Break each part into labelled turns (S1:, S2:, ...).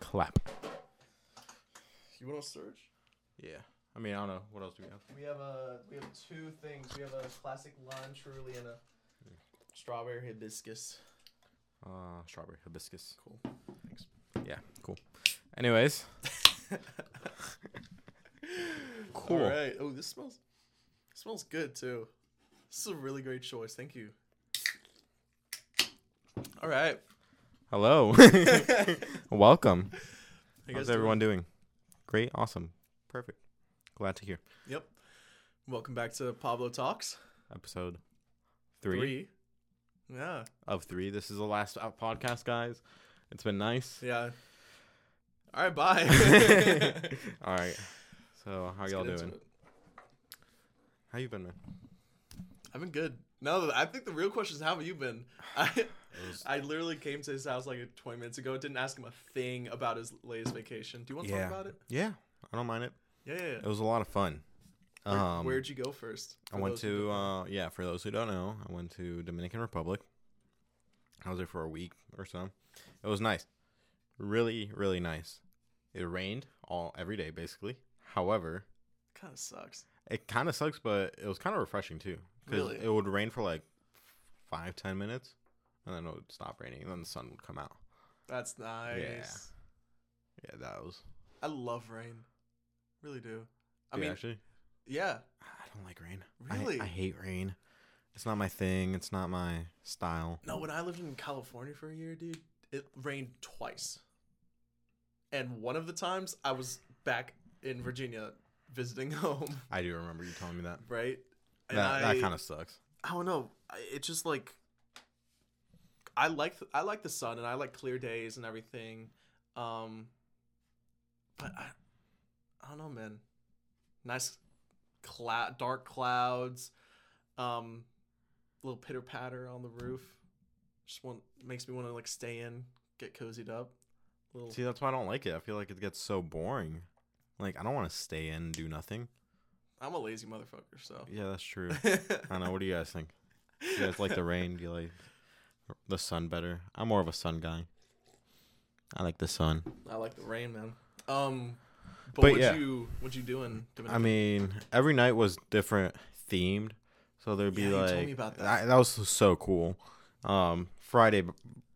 S1: clap.
S2: You want to search?
S1: Yeah. I mean, I don't know. What else do we have?
S2: We have a we have two things. We have a classic lime truly and a strawberry hibiscus.
S1: Uh, strawberry hibiscus.
S2: Cool. Thanks.
S1: Yeah, cool. Anyways, Cool.
S2: All right. Oh, this smells smells good too. This is a really great choice. Thank you. All right.
S1: hello. Welcome.
S2: I
S1: How's
S2: guess-
S1: everyone doing? Great. Awesome. Perfect. Glad to hear.
S2: Yep. Welcome back to Pablo Talks.
S1: Episode three,
S2: Yeah.
S1: of three. This is the last out- podcast, guys. It's been nice.
S2: Yeah. All right. Bye.
S1: All right. So, how
S2: Let's
S1: y'all
S2: get into
S1: doing?
S2: it.
S1: How you been, man?
S2: I've been good. No, I think the real question is how have you been? I I literally came to his house like 20 minutes ago. Didn't ask him a thing about his latest vacation. Do you want to
S1: Yeah.
S2: talk about it?
S1: Yeah, I don't mind it.
S2: Yeah. yeah, yeah.
S1: It was a lot of fun.
S2: Where,
S1: Um,
S2: where'd you go first?
S1: I
S2: For
S1: went
S2: those who
S1: to
S2: don't know.
S1: uh, yeah. For those who don't know, I went to Dominican Republic. I was there for a week or so. It was nice, really, really nice. It rained all every day basically. However,
S2: kind of sucks.
S1: it kind of sucks, but it was kind of refreshing too because
S2: Really?
S1: it would rain for like five ten minutes, and then it would stop raining, and then the sun would come out.
S2: That's nice.
S1: Yeah, that was.
S2: I love rain. Really do. I
S1: dude,
S2: mean,
S1: actually,
S2: yeah.
S1: I don't like rain. I-
S2: Really?
S1: I hate rain. It's not my thing. It's not my style.
S2: No, when I lived in California for a year, dude, it rained twice. And one of the times I was back in Virginia visiting home,
S1: I do remember you telling me that.
S2: right? And
S1: that that
S2: I-
S1: kind of sucks.
S2: I don't know. I- It's just like I like th- I like the sun and I like clear days and everything. Um but I I don't know, man. Nice cloud dark clouds. Um little pitter patter on the roof. Just want makes me want to like stay in, get cozied up. Little
S1: See, that's why I don't like it. I feel like it gets so boring. Like I don't want to stay in and do nothing.
S2: I'm a lazy motherfucker, so.
S1: Yeah, that's true. I don't know. What do you guys think? Do you guys like the rain? Do you like the sun better? I'm more of a sun guy. I like the sun.
S2: I like the rain, man. Um but,
S1: But
S2: what
S1: yeah.
S2: you what you doing?
S1: I mean, every night was different themed, so there'd be
S2: Yeah, you told
S1: like
S2: me about that.
S1: I- that was so cool. Um, Friday b-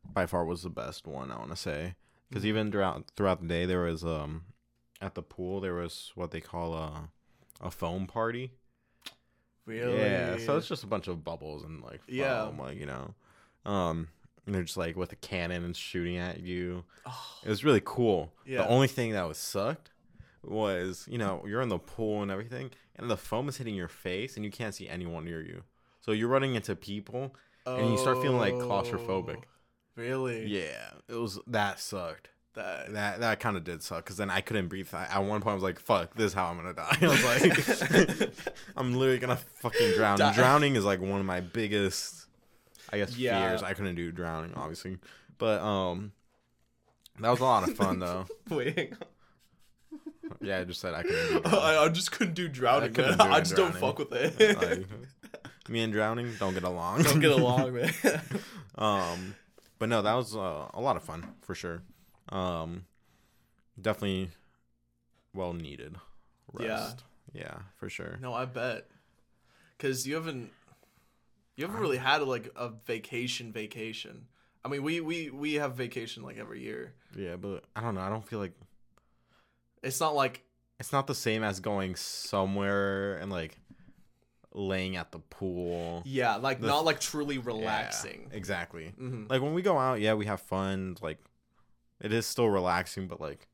S1: by far was the best one I want to say
S2: Mm-hmm.
S1: because even throughout throughout the day there was um at the pool there was what they call a a foam party.
S2: really?
S1: Yeah, so it's just a bunch of bubbles and like foam,
S2: Yeah.
S1: like you know, um, and they're just like with a cannon and shooting at you.
S2: Oh,
S1: It was really cool.
S2: Yeah.
S1: The only thing that was sucked was, you know, you're in the pool and everything, and the foam is hitting your face, and you can't see anyone near you. So you're running into people. And you start feeling, like, claustrophobic.
S2: Really?
S1: Yeah, it was that sucked.
S2: That,
S1: That that kind of did suck because then I couldn't breathe. I, at one point, I was like, "Fuck, this is how I'm gonna die." I was like, "I'm literally gonna fucking drown."
S2: Die.
S1: Drowning is like one of my biggest, I guess,
S2: Yeah.
S1: fears. I couldn't do drowning, obviously, but um, that was a lot of fun though.
S2: wait.
S1: yeah, I just said I couldn't do drowning.
S2: I, I just couldn't do drowning.
S1: I
S2: I,
S1: couldn't
S2: man.
S1: do
S2: I just don't
S1: drowning.
S2: fuck with it.
S1: like, me and drowning don't get along.
S2: don't get along, man.
S1: Um, but no, that was uh, a lot of fun for sure. Um, definitely well needed
S2: Yeah.
S1: rest. Yeah, for sure.
S2: no, I bet. Cause you haven't, you haven't really had like a vacation. Vacation. I mean, we we we have vacation like every year.
S1: Yeah, but I don't know. I don't feel like
S2: It's not like
S1: it's not the same as going somewhere and like laying at the pool.
S2: yeah, like
S1: The-
S2: not like truly
S1: Yeah,
S2: relaxing.
S1: exactly.
S2: hmm
S1: Like when we go out, yeah, we have fun. Like it is still relaxing, but like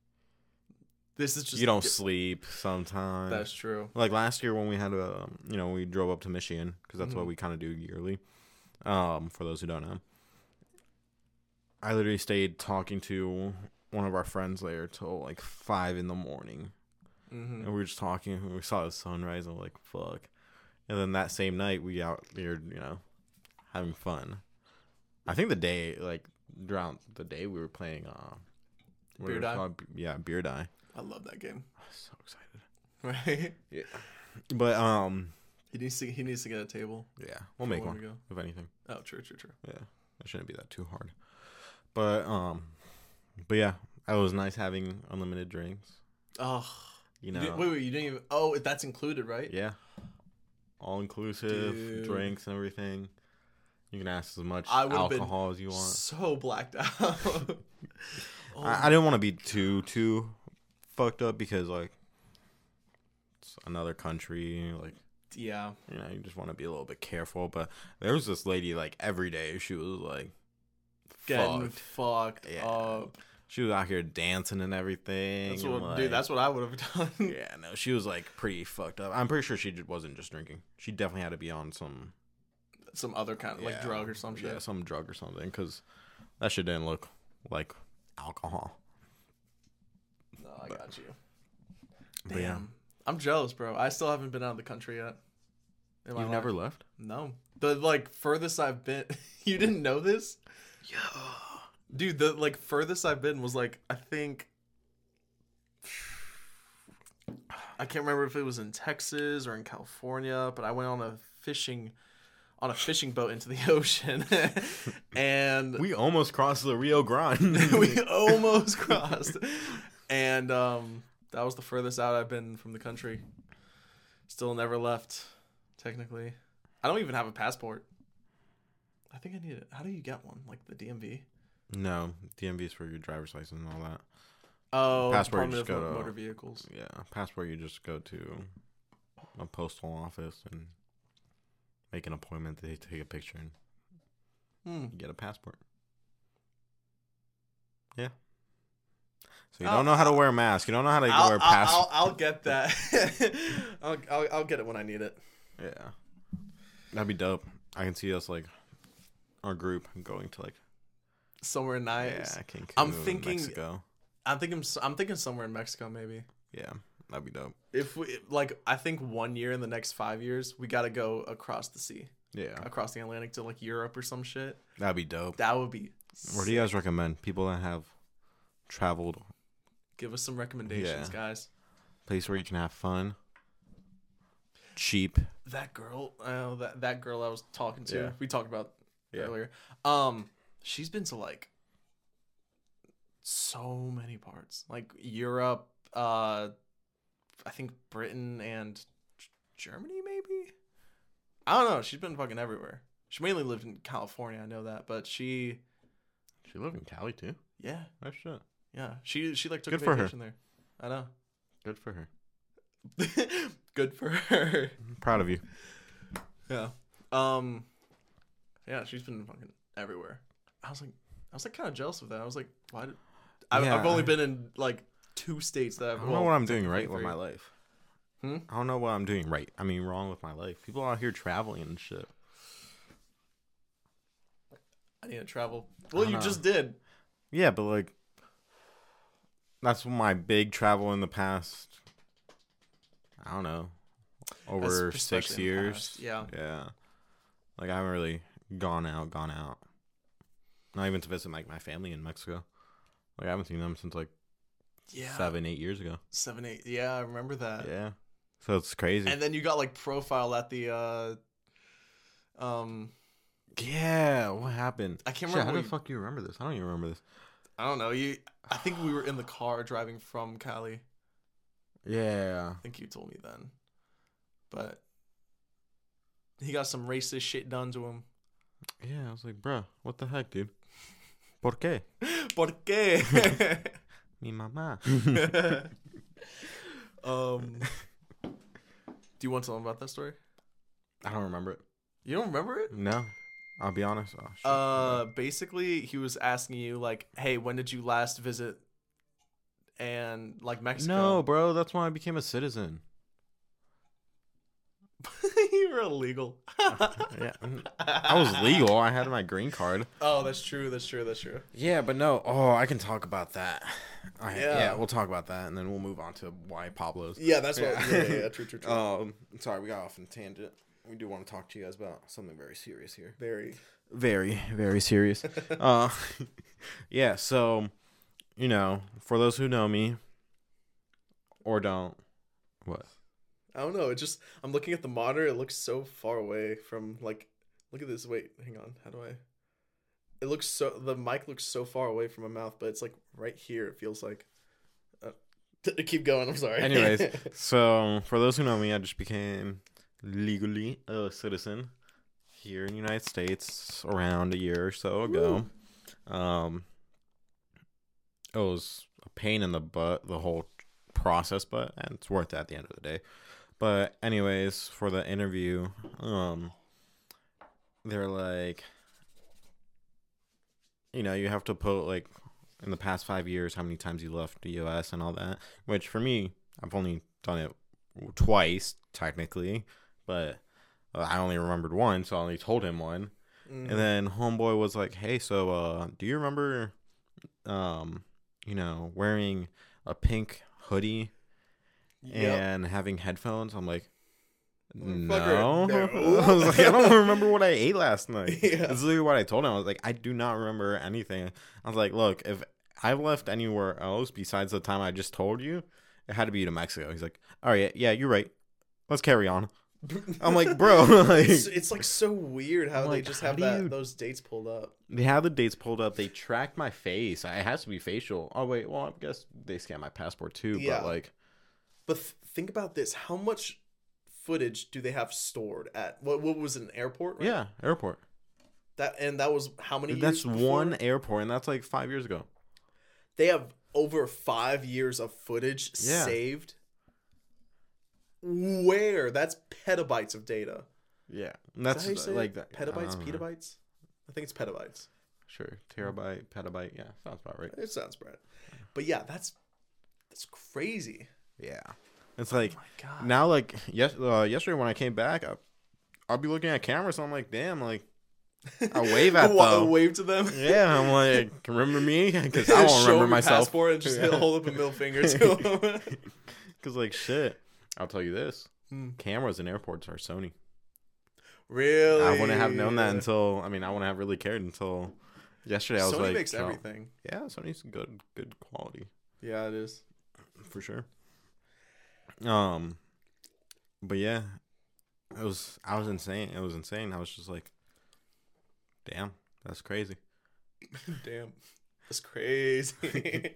S2: This is just
S1: you don't sleep sometimes.
S2: That's true.
S1: like last year when we had a you know we drove up to michigan because that's what
S2: Mhm.
S1: we kind of do yearly um for those who don't know i literally stayed talking to one of our friends there till like five in the morning
S2: hmm
S1: and we were just talking and we saw the sunrise and we're like fuck and then that same night we out there you know having fun i think the day like throughout the day we were playing uh what
S2: Beer
S1: it
S2: Die?
S1: called? yeah beer die
S2: I love that game.
S1: so excited
S2: Right?
S1: but um
S2: He needs to he needs to get a table.
S1: yeah we'll
S2: for
S1: make
S2: when
S1: one
S2: we go.
S1: if anything
S2: Oh, true, true, true.
S1: Yeah, it shouldn't be that too hard. But um, but yeah, It was nice having unlimited drinks.
S2: Oh,
S1: You know,
S2: wait, wait, you didn't even. Oh, that's included, right?
S1: yeah, all inclusive
S2: Dude.
S1: drinks and everything. You can ask as much
S2: I would've been
S1: alcohol as you want.
S2: So blacked out. oh,
S1: I, I didn't want to be too too fucked up because like it's another country, like
S2: yeah.
S1: you know, you just want to be a little bit careful. But there was this lady like every day she was like
S2: Getting
S1: fucked.
S2: fucked,
S1: Yeah.
S2: up.
S1: She was out here dancing and everything.
S2: That's
S1: and,
S2: what,
S1: like-
S2: dude, that's what I would have done.
S1: yeah, no, she was like pretty fucked up. I'm pretty sure she j- wasn't just drinking. She definitely had to be on some
S2: Some other kind, of like
S1: yeah,
S2: drug or some shit.
S1: Yeah, some drug or something, because that shit didn't look like alcohol.
S2: No, I
S1: But-
S2: got you.
S1: But
S2: Damn.
S1: yeah,
S2: I'm jealous, bro. I still haven't been out of the country yet. In my
S1: you
S2: life.
S1: never left.
S2: No. The like furthest I've been you didn't know this?
S1: Yeah.
S2: Dude, the like furthest I've been was like I think I can't remember if it was in Texas or in California, but I went on a fishing on a fishing boat into the ocean and
S1: We almost crossed the Rio Grande.
S2: we almost crossed. And um, that was the furthest out I've been from the country. Still never left, technically. I don't even have a passport. I think I need it. How do you get one? Like the DMV?
S1: no, DMV's for your driver's license and all that.
S2: Oh,
S1: Passport, you
S2: Department
S1: just
S2: of
S1: go to-
S2: Motor Vehicles.
S1: Yeah, passport. You just go to a postal office and make an appointment. They take a picture and
S2: Hmm.
S1: you get a passport. Yeah. So you
S2: I'll-
S1: don't know how to wear a mask. You don't know how to
S2: Oh. I'll,
S1: wear a
S2: I'll- I'll,
S1: passport.
S2: I'll get that. I'll, I'll, I'll get it when I need it.
S1: Yeah. That'd be dope. I can see us like our group going to like
S2: Somewhere nice.
S1: yeah, Cancun,
S2: I'm thinking-
S1: Mexico.
S2: I think I'm, s- I'm thinking somewhere in Mexico, maybe.
S1: Yeah, that'd be dope.
S2: If we like, I think one year in the next five years, we got to go across the sea.
S1: Yeah,
S2: across the Atlantic to like Europe or some shit.
S1: that'd be dope.
S2: That would be.
S1: What do you guys recommend? People that have traveled,
S2: Give us some recommendations,
S1: Yeah.
S2: guys.
S1: place where you can have fun, cheap.
S2: That girl, oh, that that girl I was talking to,
S1: Yeah.
S2: we talked about
S1: Yeah.
S2: earlier. Um, she's been to like so many parts, like Europe, uh, I think Britain and G- Germany, maybe. I don't know. She's been fucking everywhere. She mainly lived in California. I know that, but she,
S1: She lived in Cali too.
S2: yeah,
S1: Nice shit.
S2: yeah, she she like took
S1: Good
S2: a
S1: for her.
S2: vacation there. I know.
S1: Good for her.
S2: good for her.
S1: I'm proud of you.
S2: Yeah. Um. Yeah, she's been fucking everywhere. I was like, I was like kind of jealous of that. I was like, why? Did... I,
S1: Yeah,
S2: I've only
S1: I-
S2: been in like two states that
S1: I
S2: I've.
S1: don't know
S2: well,
S1: what I'm doing
S2: technically
S1: right with
S2: three.
S1: my life.
S2: Hmm?
S1: I don't know what I'm doing right. I mean, wrong with my life. People out here traveling and shit.
S2: I need to travel. Well,
S1: don't
S2: you
S1: know.
S2: just did.
S1: Yeah, but like that's my big travel in the past. I don't know, over
S2: Especially in
S1: six
S2: the
S1: years.
S2: past, Yeah.
S1: yeah. Like I haven't really gone out, gone out. Not even to visit like my family in Mexico. Like I haven't seen them since like
S2: Yeah. Seven,
S1: seven, eight years ago.
S2: eight. Yeah, I remember that.
S1: Yeah. So it's crazy.
S2: And then you got like profile at the. uh Um,
S1: yeah. What happened?
S2: I can't
S1: Shit, how
S2: remember.
S1: the
S2: what you-
S1: fuck do you remember this? I don't even remember this.
S2: I don't know. You. I think we were in the car driving from Cali.
S1: Yeah.
S2: I think you told me then. But he got some racist shit done to him.
S1: Yeah. I was like, bruh, what the heck, dude? Por qué?
S2: Por qué?
S1: Mi mamá.
S2: um, do you want to tell him about that story?
S1: I don't remember it.
S2: You don't remember it?
S1: No, I'll be honest. Oh, shit.
S2: Uh, basically, he was asking you like, "Hey, when did you last visit?" And like
S1: no,
S2: Mexico.
S1: bro, that's why I became a citizen.
S2: you were illegal.
S1: Yeah, I was legal. I had my green card.
S2: oh, that's true. That's true. That's true.
S1: Yeah, but no. Oh, I can talk about that. I, yeah.
S2: Yeah.
S1: we'll talk about that, and then we'll move on to why Pablo's.
S2: Yeah, that's what.
S1: Yeah.
S2: Yeah, yeah, yeah, true, true, true.
S1: Um, sorry, we got off on a tangent. We do want to talk to you guys about something very serious here.
S2: Very.
S1: Very, very serious. uh, yeah. So, you know, for those who know me or don't, what?
S2: I don't know. It just I'm looking at the monitor. It looks so far away from like. Look at this. Wait, hang on. How do I? it looks so the mic looks so far away from my mouth, but it's like right here. It feels like. Uh, t- keep going. I'm sorry.
S1: Anyways, so for those who know me, I just became legally a citizen here in the United States around a year or so ago. Um, it was a pain in the butt, the whole process, but it's worth it at the end of the day. But anyways, for the interview, um, they're like, you know, you have to put like in the past five years how many times you left the U.S. and all that. Which for me, I've only done it twice technically, but uh, I only remembered one, so I only told him one.
S2: Mm.
S1: And then homeboy was like, "Hey, so uh, do you remember, um, you know, wearing a pink hoodie
S2: Yep.
S1: and having headphones?" I'm like, "No."
S2: Motherfucker, no.
S1: I was like, "I don't remember what I ate last night."
S2: Yeah.
S1: This is literally what I told him. I was like, "I do not remember anything." I was like, "Look, if I've left anywhere else besides the time I just told you, it had to be to Mexico." He's like, "All right, yeah, you're right. Let's carry on." I'm like, "Bro, like,
S2: it's, it's like so weird how
S1: I'm
S2: they
S1: like,
S2: just
S1: how
S2: have
S1: do
S2: that
S1: you-
S2: those dates pulled up.
S1: They have the dates pulled up. They tracked my face. I- It has to be facial. Oh wait, well I guess they scanned my passport too.
S2: Yeah.
S1: But like,
S2: But th- think about this: how much footage do they have stored at what? What was it, an airport? right?
S1: yeah, airport.
S2: That and that was how many?
S1: That's
S2: years before?
S1: one airport, and that's like five years ago.
S2: They have over five years of footage
S1: Yeah.
S2: saved. Where? That's petabytes of data.
S1: Yeah, and
S2: Is that
S1: that's
S2: how you say
S1: like
S2: it?
S1: that. I
S2: petabytes,
S1: don't know.
S2: petabytes. I think it's petabytes.
S1: Sure, terabyte, petabyte. Yeah, sounds about right.
S2: It sounds bad, but yeah, that's that's crazy.
S1: Yeah, it's like
S2: Oh My God.
S1: now like yes uh, yesterday when I came back, I, I'll be looking at cameras. I'm like, damn, like I wave at
S2: Wa-
S1: them.
S2: wave to them.
S1: Yeah, I'm like, remember me? Because I won't
S2: Show 'em
S1: remember
S2: your
S1: myself.
S2: passport and just
S1: Yeah.
S2: hold up a middle finger to them.
S1: Because like shit, I'll tell you this:
S2: Hmm.
S1: cameras in airports are Sony.
S2: really?
S1: I wouldn't have known that until I mean I wouldn't have really cared until yesterday. I was
S2: Sony
S1: like,
S2: makes
S1: oh,
S2: everything.
S1: Yeah, Sony's good, good quality
S2: Yeah, it is.
S1: for sure. Um, but yeah, it was I was insane. It was insane. I was just like, damn, that's crazy.
S2: Damn, that's crazy.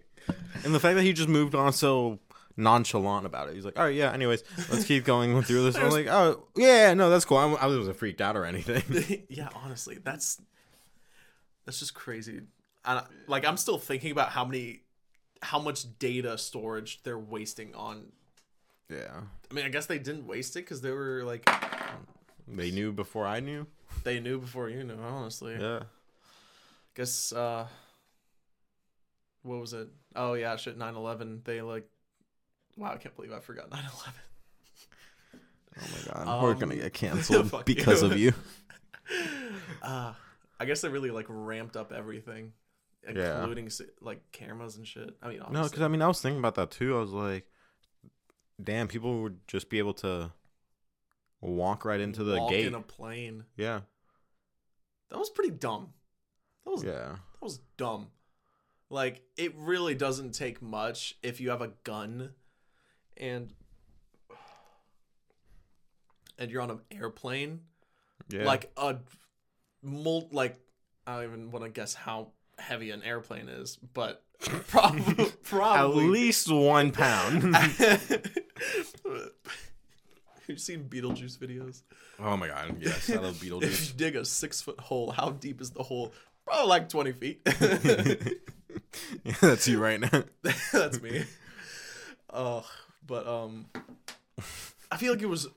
S1: And the fact that he just moved on so nonchalant about it. He's like, all right, yeah. Anyways, let's keep going through this. I'm like, oh yeah, no, that's cool. I, I wasn't freaked out or anything.
S2: yeah, honestly, that's that's just crazy. I, don't- like I'm still thinking about how many, how much data storage they're wasting on.
S1: yeah,
S2: I mean, I guess they didn't waste it because they were like
S1: they knew before I knew.
S2: they knew before you knew. Honestly,
S1: Yeah.
S2: guess uh, what was it? Oh yeah, shit, 9/11. They like, wow, I can't believe I forgot 9/11.
S1: Oh my god, we're gonna
S2: Um,
S1: get canceled
S2: fuck
S1: because
S2: you.
S1: of you.
S2: uh, I guess they really like ramped up everything,
S1: Yeah.
S2: including s like cameras and shit. I mean,
S1: No, because
S2: obviously.
S1: I mean, I was thinking about that too. I was like, damn, people would just be able to walk right into the
S2: Walk
S1: gate.
S2: in a plane.
S1: yeah,
S2: That was pretty dumb. That was
S1: yeah,
S2: that was dumb. Like it really doesn't take much if you have a gun, and and you're on an airplane,
S1: yeah.
S2: like a mul- like I don't even want to guess how heavy an airplane is, but probably
S1: at
S2: probably
S1: least one pound.
S2: You've seen Beetlejuice videos.
S1: oh my god, yes, I love
S2: If
S1: Beetlejuice.
S2: you dig a six foot hole, how deep is the hole? Probably like twenty feet.
S1: Yeah, that's you right now.
S2: That's me. Oh, but um, I feel like it was.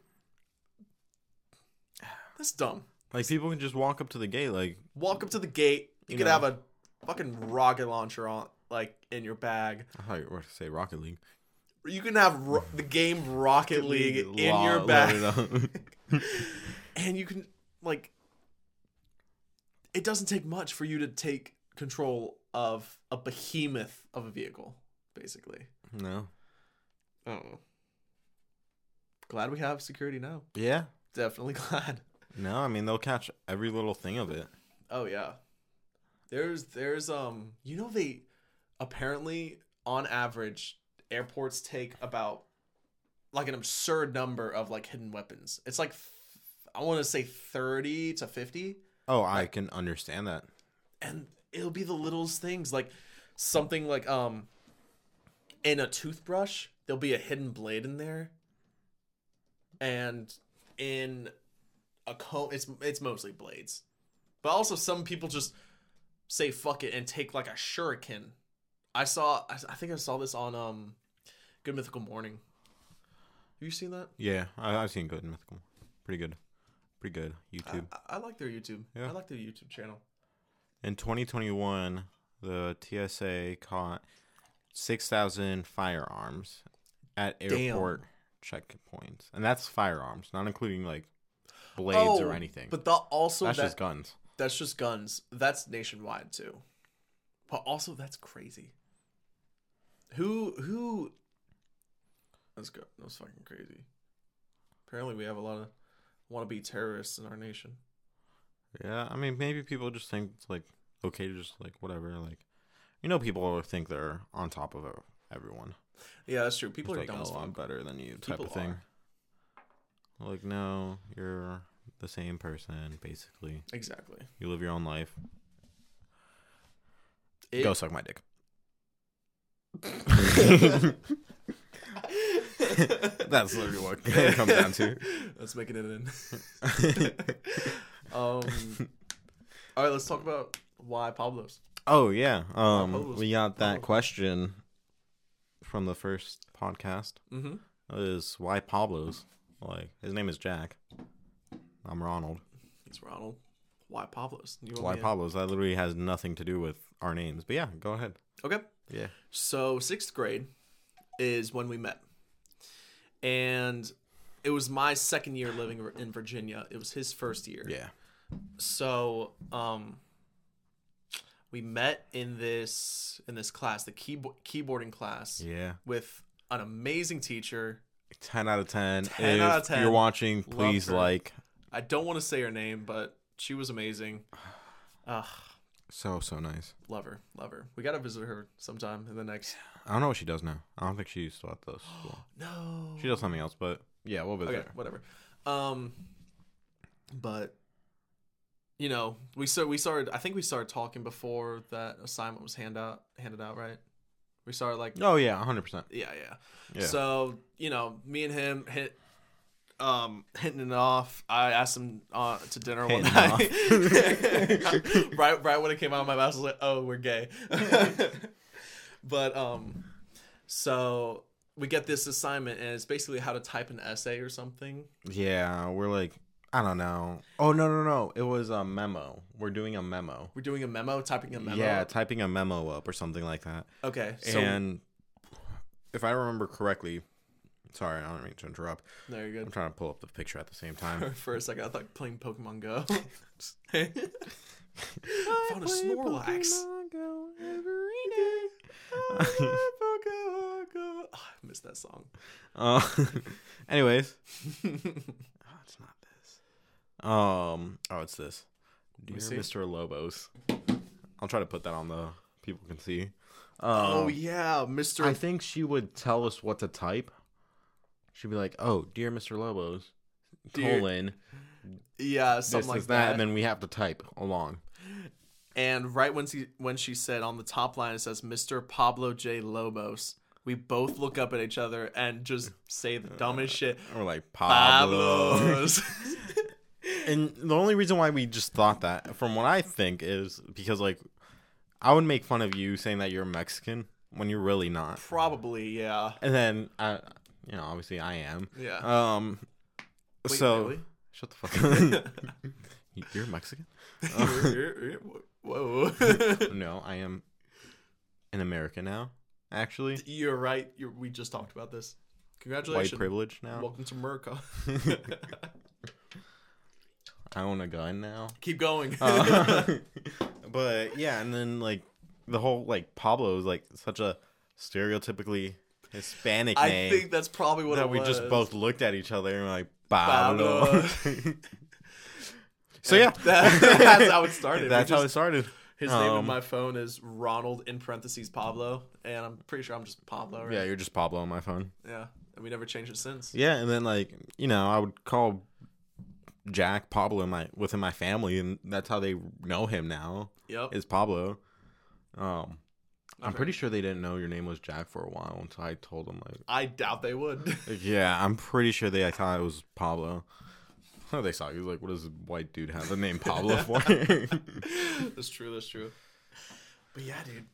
S2: That's dumb.
S1: Like people can just walk up to the gate. Like
S2: Walk up to the gate. You,
S1: You
S2: could
S1: know.
S2: have a fucking rocket launcher on, like in your bag.
S1: I thought you were going to say Rocket League.
S2: You can have ro- the game Rocket League in your
S1: Lo-
S2: bag.
S1: loaded up.
S2: and you can like it doesn't take much for you to take control of a behemoth of a vehicle basically
S1: no.
S2: oh glad we have security now
S1: Yeah.
S2: definitely glad
S1: No, I mean they'll catch every little thing of it.
S2: oh yeah there's there's um you know they apparently on average airports take about like an absurd number of like hidden weapons it's like f- i want to say 30 to 50
S1: Oh, I can understand that.
S2: and it'll be the littlest things like something like um in a toothbrush there'll be a hidden blade in there and in a comb it's it's mostly blades but also some people just say fuck it and take like a shuriken i saw i, I think i saw this on um good mythical morning have you seen that
S1: Yeah, I, I've seen Good and Mythical. Pretty good. Pretty good. YouTube.
S2: I, I like their youtube
S1: Yeah.
S2: i like their youtube channel Ah.
S1: In 2021, the TSA caught 6,000 firearms at airport checkpoints. And that's firearms, not including like blades
S2: Oh,
S1: or anything.
S2: but the, also
S1: that's
S2: that,
S1: just guns.
S2: That's just guns. That's nationwide too. But also that's crazy. Who who Let's go. That's fucking crazy. Apparently we have a lot of wannabe terrorists in our nation.
S1: Yeah, I mean, maybe people just think it's like okay to just like whatever. Like, you know, people think they're on top of everyone.
S2: Yeah, that's true. People
S1: It's
S2: are
S1: like,
S2: dumb as
S1: oh, I'm
S2: fuck.
S1: better than you type
S2: People
S1: of thing.
S2: are.
S1: Like, no, you're the same person, basically.
S2: Exactly.
S1: You live your own life.
S2: It-
S1: Go suck my dick. That's literally what it comes down to.
S2: That's making it in. um All right, let's talk about why Pablo's.
S1: Oh yeah. Um
S2: Pablo's-
S1: we got that
S2: Pablo's.
S1: question from the first podcast
S2: Mhm.
S1: is why Pablo's? Like his name is Jack. I'm Ronald.
S2: It's Ronald. Why Pablo's? You want
S1: Why
S2: me in?
S1: Pablo's? That literally has nothing to do with our names. But yeah, go ahead.
S2: Okay.
S1: Yeah.
S2: So sixth grade is when we met, and it was my second year living in Virginia. It was his first year.
S1: Yeah.
S2: So um, we met in this in this class, the keyboard keyboarding class,
S1: Yeah.
S2: with an amazing teacher.
S1: Ten out of ten.
S2: 10
S1: if
S2: out of 10.
S1: you're watching, please
S2: her.
S1: like.
S2: I don't want to say her name, but she was amazing. Ugh,
S1: So so nice.
S2: love her, love her. We gotta visit her sometime in the next.
S1: I don't know what she does now. I don't think she's still at the school.
S2: No.
S1: She does something else, but yeah, we'll visit
S2: okay,
S1: her.
S2: whatever. Um, but you know, we so we started. I think we started talking before that assignment was hand out handed out, right? We started like,
S1: Oh yeah, hundred percent.
S2: yeah, yeah.
S1: Yeah.
S2: So you know, me and him hit, um, hitting it off. I asked him uh, to dinner one night. right, right when it came out of my mouth, I was like, "Oh, we're gay." but um, so we get this assignment, and it's basically how to type an essay or something.
S1: yeah, we're like, I don't know. Oh no no no, it was a memo. We're doing a memo.
S2: We're doing a memo, typing a memo.
S1: Yeah, typing a memo up or something like that.
S2: Okay. So
S1: and if I remember correctly, sorry, I don't mean to interrupt.
S2: there you
S1: I'm trying to pull up the picture at the same
S2: go.
S1: time.
S2: For a second, I thought playing Pokemon Go. Ah, Found a Snorlax. Oh, I miss that song.
S1: Uh, anyways, oh, it's not this. Um, oh, it's this. Dear
S2: see.
S1: Mr. Lobos. I'll try to put that on the people can see.
S2: oh
S1: Um,
S2: yeah, Mister.
S1: I think she would tell us what to type. She'd be like, "Oh, dear Mr. Lobos,
S2: Dear-
S1: colon,
S2: yeah,
S1: this
S2: something
S1: like
S2: like
S1: is that, and then we have to type along."
S2: And right when she when she said on the top line it says Mr. Pablo J Lobos, we both look up at each other and just say the dumbest shit.
S1: And we're like, Uh, "Pablo."
S2: Pablos.
S1: and the only reason why we just thought that, from what I think, is because like, I would make fun of you saying that you're Mexican when you're really not.
S2: Probably, yeah.
S1: And then, I, you know, obviously I am.
S2: Yeah.
S1: Um.
S2: Wait,
S1: so
S2: really?
S1: shut the fuck up. You- you're Mexican? Uh,
S2: Whoa.
S1: No, I am an American now. Actually,
S2: You're right. You're, we just talked about this.
S1: white
S2: Congratulations.
S1: privilege now.
S2: Welcome to America.
S1: I own a gun now.
S2: Keep going.
S1: Uh, but yeah, and then like the whole like Pablo is like such a stereotypically Hispanic
S2: I
S1: name
S2: think that's probably what
S1: that
S2: it
S1: we just
S2: was.
S1: both looked at each other and were like Pablo. so yeah,
S2: That- that's how it started. We
S1: That's how
S2: just-
S1: it started.
S2: His name in
S1: Um,
S2: my phone is Ronald in parentheses Pablo, and I'm pretty sure I'm just Pablo.
S1: Yeah,
S2: Right?
S1: you're just Pablo on my phone.
S2: Yeah, and we never changed it since.
S1: Yeah, and then like you know, I would call Jack Pablo in my within my family, and that's how they know him now
S2: Yep.
S1: is Pablo. Um, I'm
S2: Okay.
S1: pretty sure they didn't know your name was Jack for a while until I told them like.
S2: I doubt they would.
S1: Yeah, I'm pretty sure they I thought it was Pablo. they saw you like, what does this white dude have the name Pablo for?
S2: that's true. That's true. But yeah, dude.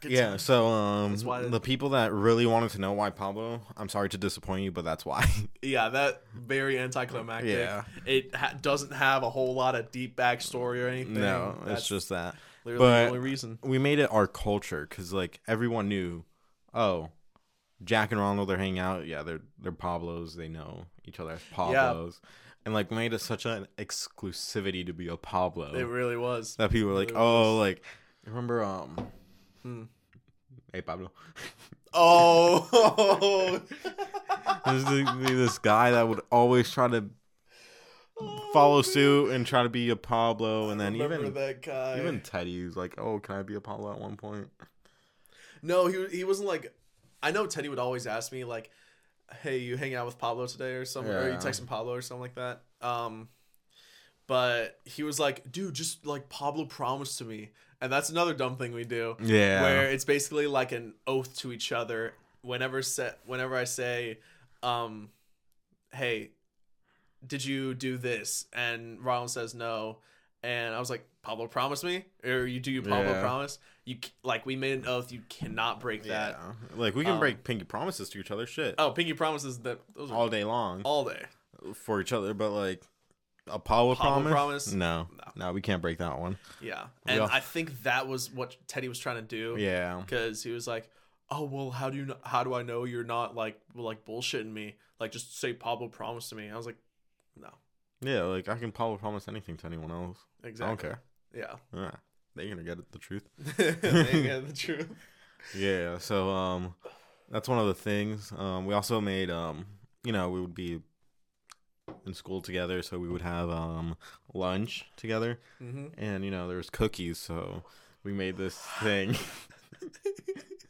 S2: Good
S1: yeah,
S2: times.
S1: so um,
S2: That's why-
S1: the people that really wanted to know why Pablo, I'm sorry to disappoint you, but that's why.
S2: Yeah, that very anticlimactic.
S1: Yeah.
S2: It ha- doesn't have a whole lot of deep backstory or anything.
S1: no,
S2: That's
S1: it's just that
S2: literally
S1: but-
S2: the only reason.
S1: we made it our culture because like everyone knew, oh, Jack and Ronald they're hanging out. Yeah, they're they're Pablos. They know each other as Pablos, and like made it such an exclusivity to be a Pablo.
S2: It really was.
S1: Oh. that people were like,
S2: It
S1: oh, like remember um,
S2: Hmm.
S1: hey Pablo,
S2: Oh.
S1: there's this, this guy that would always try to follow suit and try to be a Pablo, and then
S2: Oh, Remember
S1: even
S2: that guy.
S1: even Teddy was like, oh, can I be a Pablo at one point?
S2: No, he he wasn't like. I know Teddy would always ask me like, "Hey, you hanging out with Pablo today or something? Or you
S1: Yeah.
S2: texting Pablo or something like that?" Um, but he was like, "Dude, just like Pablo promised to me," and that's another dumb thing we do,
S1: Yeah,
S2: where it's basically like an oath to each other. Whenever set, whenever I say, um, "Hey, did you do this?" and Ronald says no, and I was like, "Pablo promised me," or "You do you Pablo
S1: Yeah.
S2: promise?" You c- like we made an oath. You cannot break that.
S1: yeah. Like we can
S2: um,
S1: break pinky promises to each other, shit,
S2: Oh, pinky promises that those are all,
S1: all day long
S2: day.
S1: for each other, but like. A Pablo
S2: Pablo
S1: promise?
S2: promise?
S1: No,
S2: No.
S1: no, we can't break that one.
S2: Yeah, and
S1: all-
S2: I think that was what Teddy was trying to do.
S1: Yeah,
S2: because he was like, "Oh well, how do you know, how do I know you're not like well, like bullshitting me? Like just say Pablo promised to me." I was like, "No,
S1: yeah, like I can Pablo promise anything to anyone else. I don't
S2: exactly.
S1: care.
S2: Yeah,
S1: Yeah, they're gonna get the truth.
S2: yeah, the truth.
S1: Yeah, so um that's one of the things. Um we also made um you know, we would be in school together, so we would have um lunch together
S2: hmm
S1: and you know, there was cookies, so we made this thing.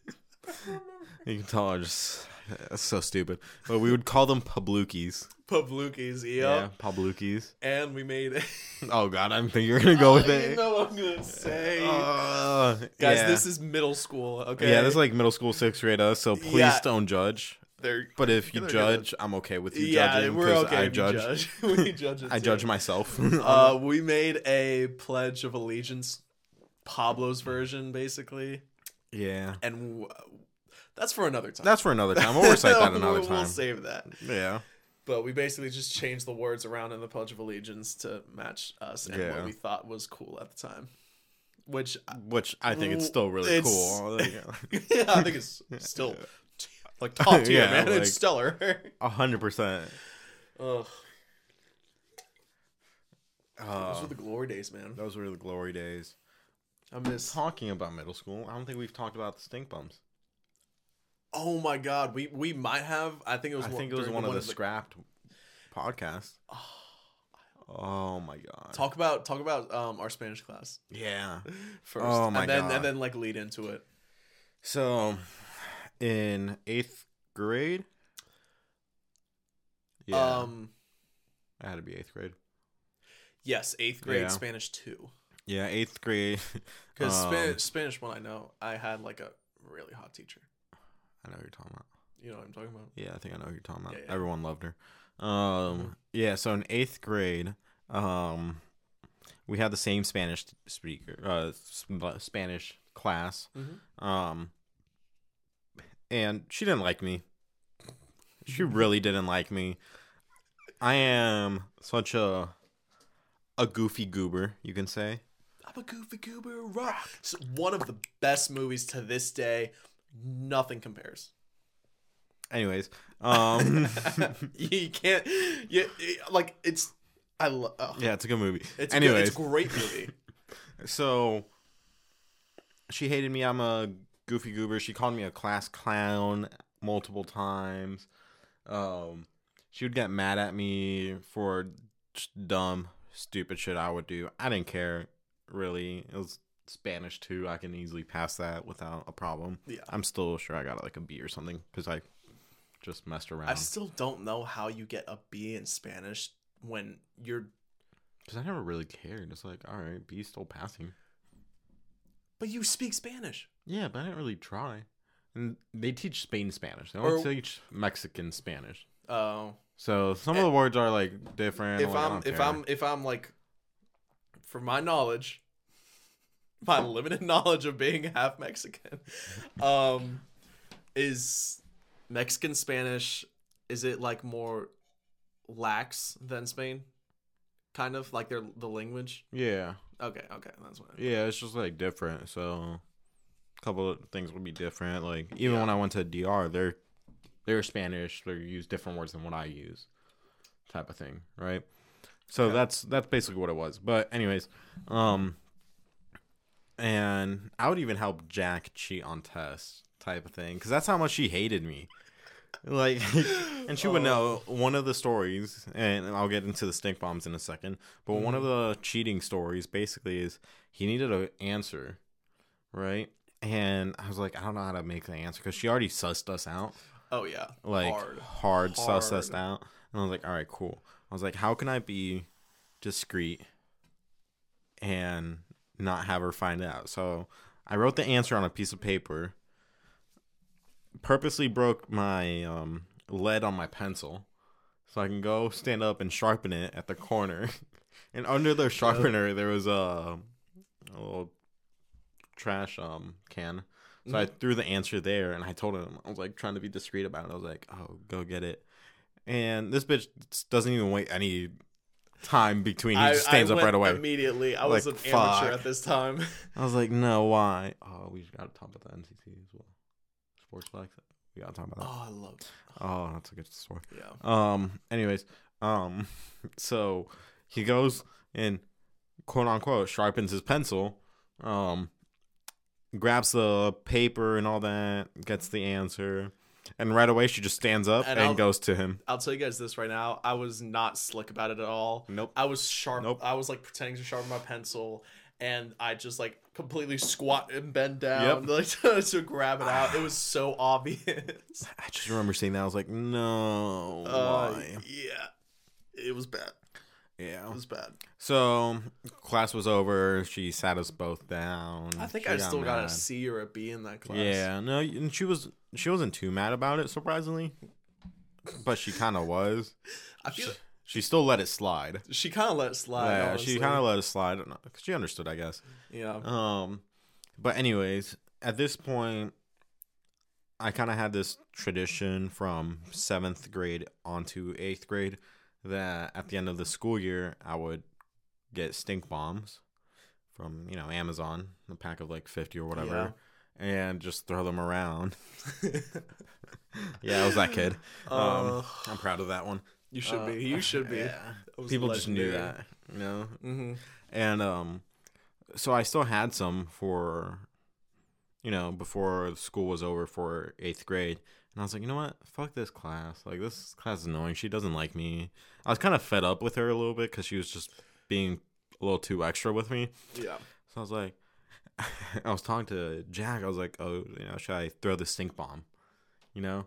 S1: you can tell I'm just that's so stupid. But we would call them pablukis.
S2: Pavlukis,
S1: Yeah,
S2: yep.
S1: pablukis.
S2: And we made it.
S1: Oh god, I'm thinking you're gonna go with
S2: You
S1: it.
S2: know what I'm gonna say,
S1: Uh,
S2: guys.
S1: yeah.
S2: This is middle school. Okay.
S1: Yeah, this is like middle school sixth grade us, so please
S2: Yeah.
S1: don't judge.
S2: They're-
S1: But if you
S2: They're gonna-
S1: judge, I'm okay with you
S2: yeah,
S1: judging.
S2: we're
S1: 'cause
S2: okay.
S1: I
S2: if you
S1: judge.
S2: judge. we judge. It
S1: I
S2: too.
S1: judge myself.
S2: Uh, we made a pledge of allegiance, Pablo's version, basically,
S1: yeah,
S2: and w- that's for another time.
S1: that's for another time. We'll recite that another
S2: We'll- We'll
S1: time.
S2: save that.
S1: Yeah,
S2: But we basically just changed the words around in the Pledge of Allegiance to match us and
S1: Yeah.
S2: what we thought was cool at the time. Which,
S1: which I think it's still really
S2: It's-
S1: cool.
S2: yeah, I think it's still t- like top tier,
S1: Yeah,
S2: man.
S1: like-
S2: it's stellar.
S1: A hundred percent.
S2: Ugh, those
S1: Uh,
S2: were
S1: um,
S2: the glory days, man.
S1: Those were the glory days.
S2: I miss.
S1: Talking about middle school, I don't think we've talked about the stink bumps.
S2: Oh my god, we we might have. I think it was.
S1: I think it was
S2: during
S1: one of the
S2: with
S1: scrapped podcasts. Oh my god.
S2: Talk about talk about um our Spanish class
S1: yeah.
S2: first,
S1: Oh my
S2: and then
S1: God.
S2: and then like lead into it.
S1: So, in eighth grade, yeah,
S2: Um,
S1: I had to be eighth grade.
S2: yes, eighth grade
S1: Yeah.
S2: Spanish two,
S1: Yeah, eighth grade.
S2: because
S1: Um,
S2: Spanish Spanish one I know I had like a really hot teacher.
S1: I know what you're talking about.
S2: You know what I'm talking about?
S1: Yeah, I think I know what you're talking about.
S2: Yeah, Mm-hmm. yeah.
S1: Everyone loved her. Um, yeah. So in eighth grade, um, we had the same Spanish speaker, uh, s- Spanish class.
S2: Mhm.
S1: Um, and she didn't like me. She
S2: Mm-hmm.
S1: really didn't like me. I am such a a goofy goober, you can say.
S2: I'm a goofy goober rock. It's one of the best movies to this day. Nothing compares.
S1: Anyways, um,
S2: you can't. You, it- like it's. I love. Oh,
S1: yeah, it's a good movie.
S2: It's a good-
S1: Anyways,
S2: it's a great movie.
S1: So she hated me. I'm a goofy goober. She called me a class clown multiple times. Um, she would get mad at me for just dumb, stupid shit I would do. I didn't care really. It was Spanish too. I can easily pass that without a problem.
S2: Yeah.
S1: I'm still sure I got like a B or something because I just messed around.
S2: I still don't know how you get a B in Spanish when you're
S1: Because I never really cared. It's like, all right, B's still passing.
S2: but you speak Spanish.
S1: Yeah, but I didn't really try. And they teach Spain Spanish. They don't
S2: Or-
S1: teach Mexican Spanish.
S2: Oh.
S1: So some of the words are like different.
S2: if
S1: like, I
S2: I'm
S1: don't
S2: if
S1: care.
S2: I'm if I'm like from my knowledge, my limited knowledge of being half Mexican, um is Mexican Spanish is it like more lax than Spain? Kind of like their the language.
S1: yeah,
S2: Okay, okay, that's what.
S1: yeah, it's just like different. So a couple of things would be different. Like even when I went to DR, they're they're Spanish. They use different words than what I use, type of thing, right? So
S2: Okay.
S1: that's that's basically what it was. But anyways, um, and I would even help Jack cheat on Tess, type of thing, because that's how much she hated me. Like, and she would
S2: Oh.
S1: know one of the stories, and I'll get into the stink bombs in a second. But one of the cheating stories basically is he needed an answer, right? And I was like, I don't know how to make the answer because she already sussed us out,
S2: Oh yeah,
S1: like hard,
S2: Hard.
S1: sussed us
S2: Hard.
S1: out. And I was like, all right, cool. I was like, how can I be discreet and not have her find out? So I wrote the answer on a piece of paper. Purposely broke my um, lead on my pencil, so I can go stand up and sharpen it at the corner. and under the sharpener, there was a, a little trash um can. So I
S2: Mm-hmm.
S1: threw the answer there, and I told him I was like trying to be discreet about it. I was like, "Oh, go get it." And this bitch doesn't even wait any time between. He just stands up
S2: went
S1: right away.
S2: Immediately, I was
S1: Like,
S2: an amateur
S1: fuck.
S2: at this time.
S1: I was like, no, why? Oh, we got to talk about the NCT as well. Sports flex. We got to talk about that.
S2: oh, I love.
S1: Oh, that's a good story.
S2: Yeah.
S1: Um. Anyways, um. So he goes and quote unquote sharpens his pencil. Um. Grabs the paper and all that. Gets the answer. And right away, she just stands up and,
S2: And I'll-
S1: goes to him.
S2: I'll tell you guys this right now. I was not slick about it at all.
S1: Nope.
S2: I was sharp.
S1: Nope.
S2: I was like pretending to sharpen my pencil, and I just like completely squat and bend down like to, to grab it out. It was so obvious.
S1: I just remember seeing that. I was like, no,
S2: Uh,
S1: why?
S2: yeah, it was bad.
S1: Yeah.
S2: It was bad.
S1: So class was over. She sat us both down.
S2: I think
S1: She
S2: I still got a
S1: mad.
S2: C or a B in that class.
S1: Yeah, no, and she was she wasn't too mad about it, surprisingly, but she kind of was.
S2: I feel
S1: She still let it slide.
S2: she kind of let it slide.
S1: yeah,
S2: honestly.
S1: she kind of let it slide because she understood, I guess.
S2: yeah.
S1: Um, but anyways, at this point, I kind of had this tradition from seventh grade onto eighth grade that at the end of the school year, I would get stink bombs from you know Amazon, a pack of like fifty or whatever, and just throw them around. yeah, I was that kid. Um,
S2: Uh,
S1: I'm proud of that one.
S2: you should
S1: uh,
S2: be. You should be.
S1: Yeah. People just knew that, you know.
S2: hmm
S1: And um, so I still had some for, you know, before school was over for eighth grade. And I was like, you know what? Fuck this class. Like, this class is annoying. She doesn't like me. I was kind of fed up with her a little bit because she was just being a little too extra with me.
S2: Yeah.
S1: So I was like, I was talking to Jack. I was like, oh, you know, should I throw the stink bomb? You know,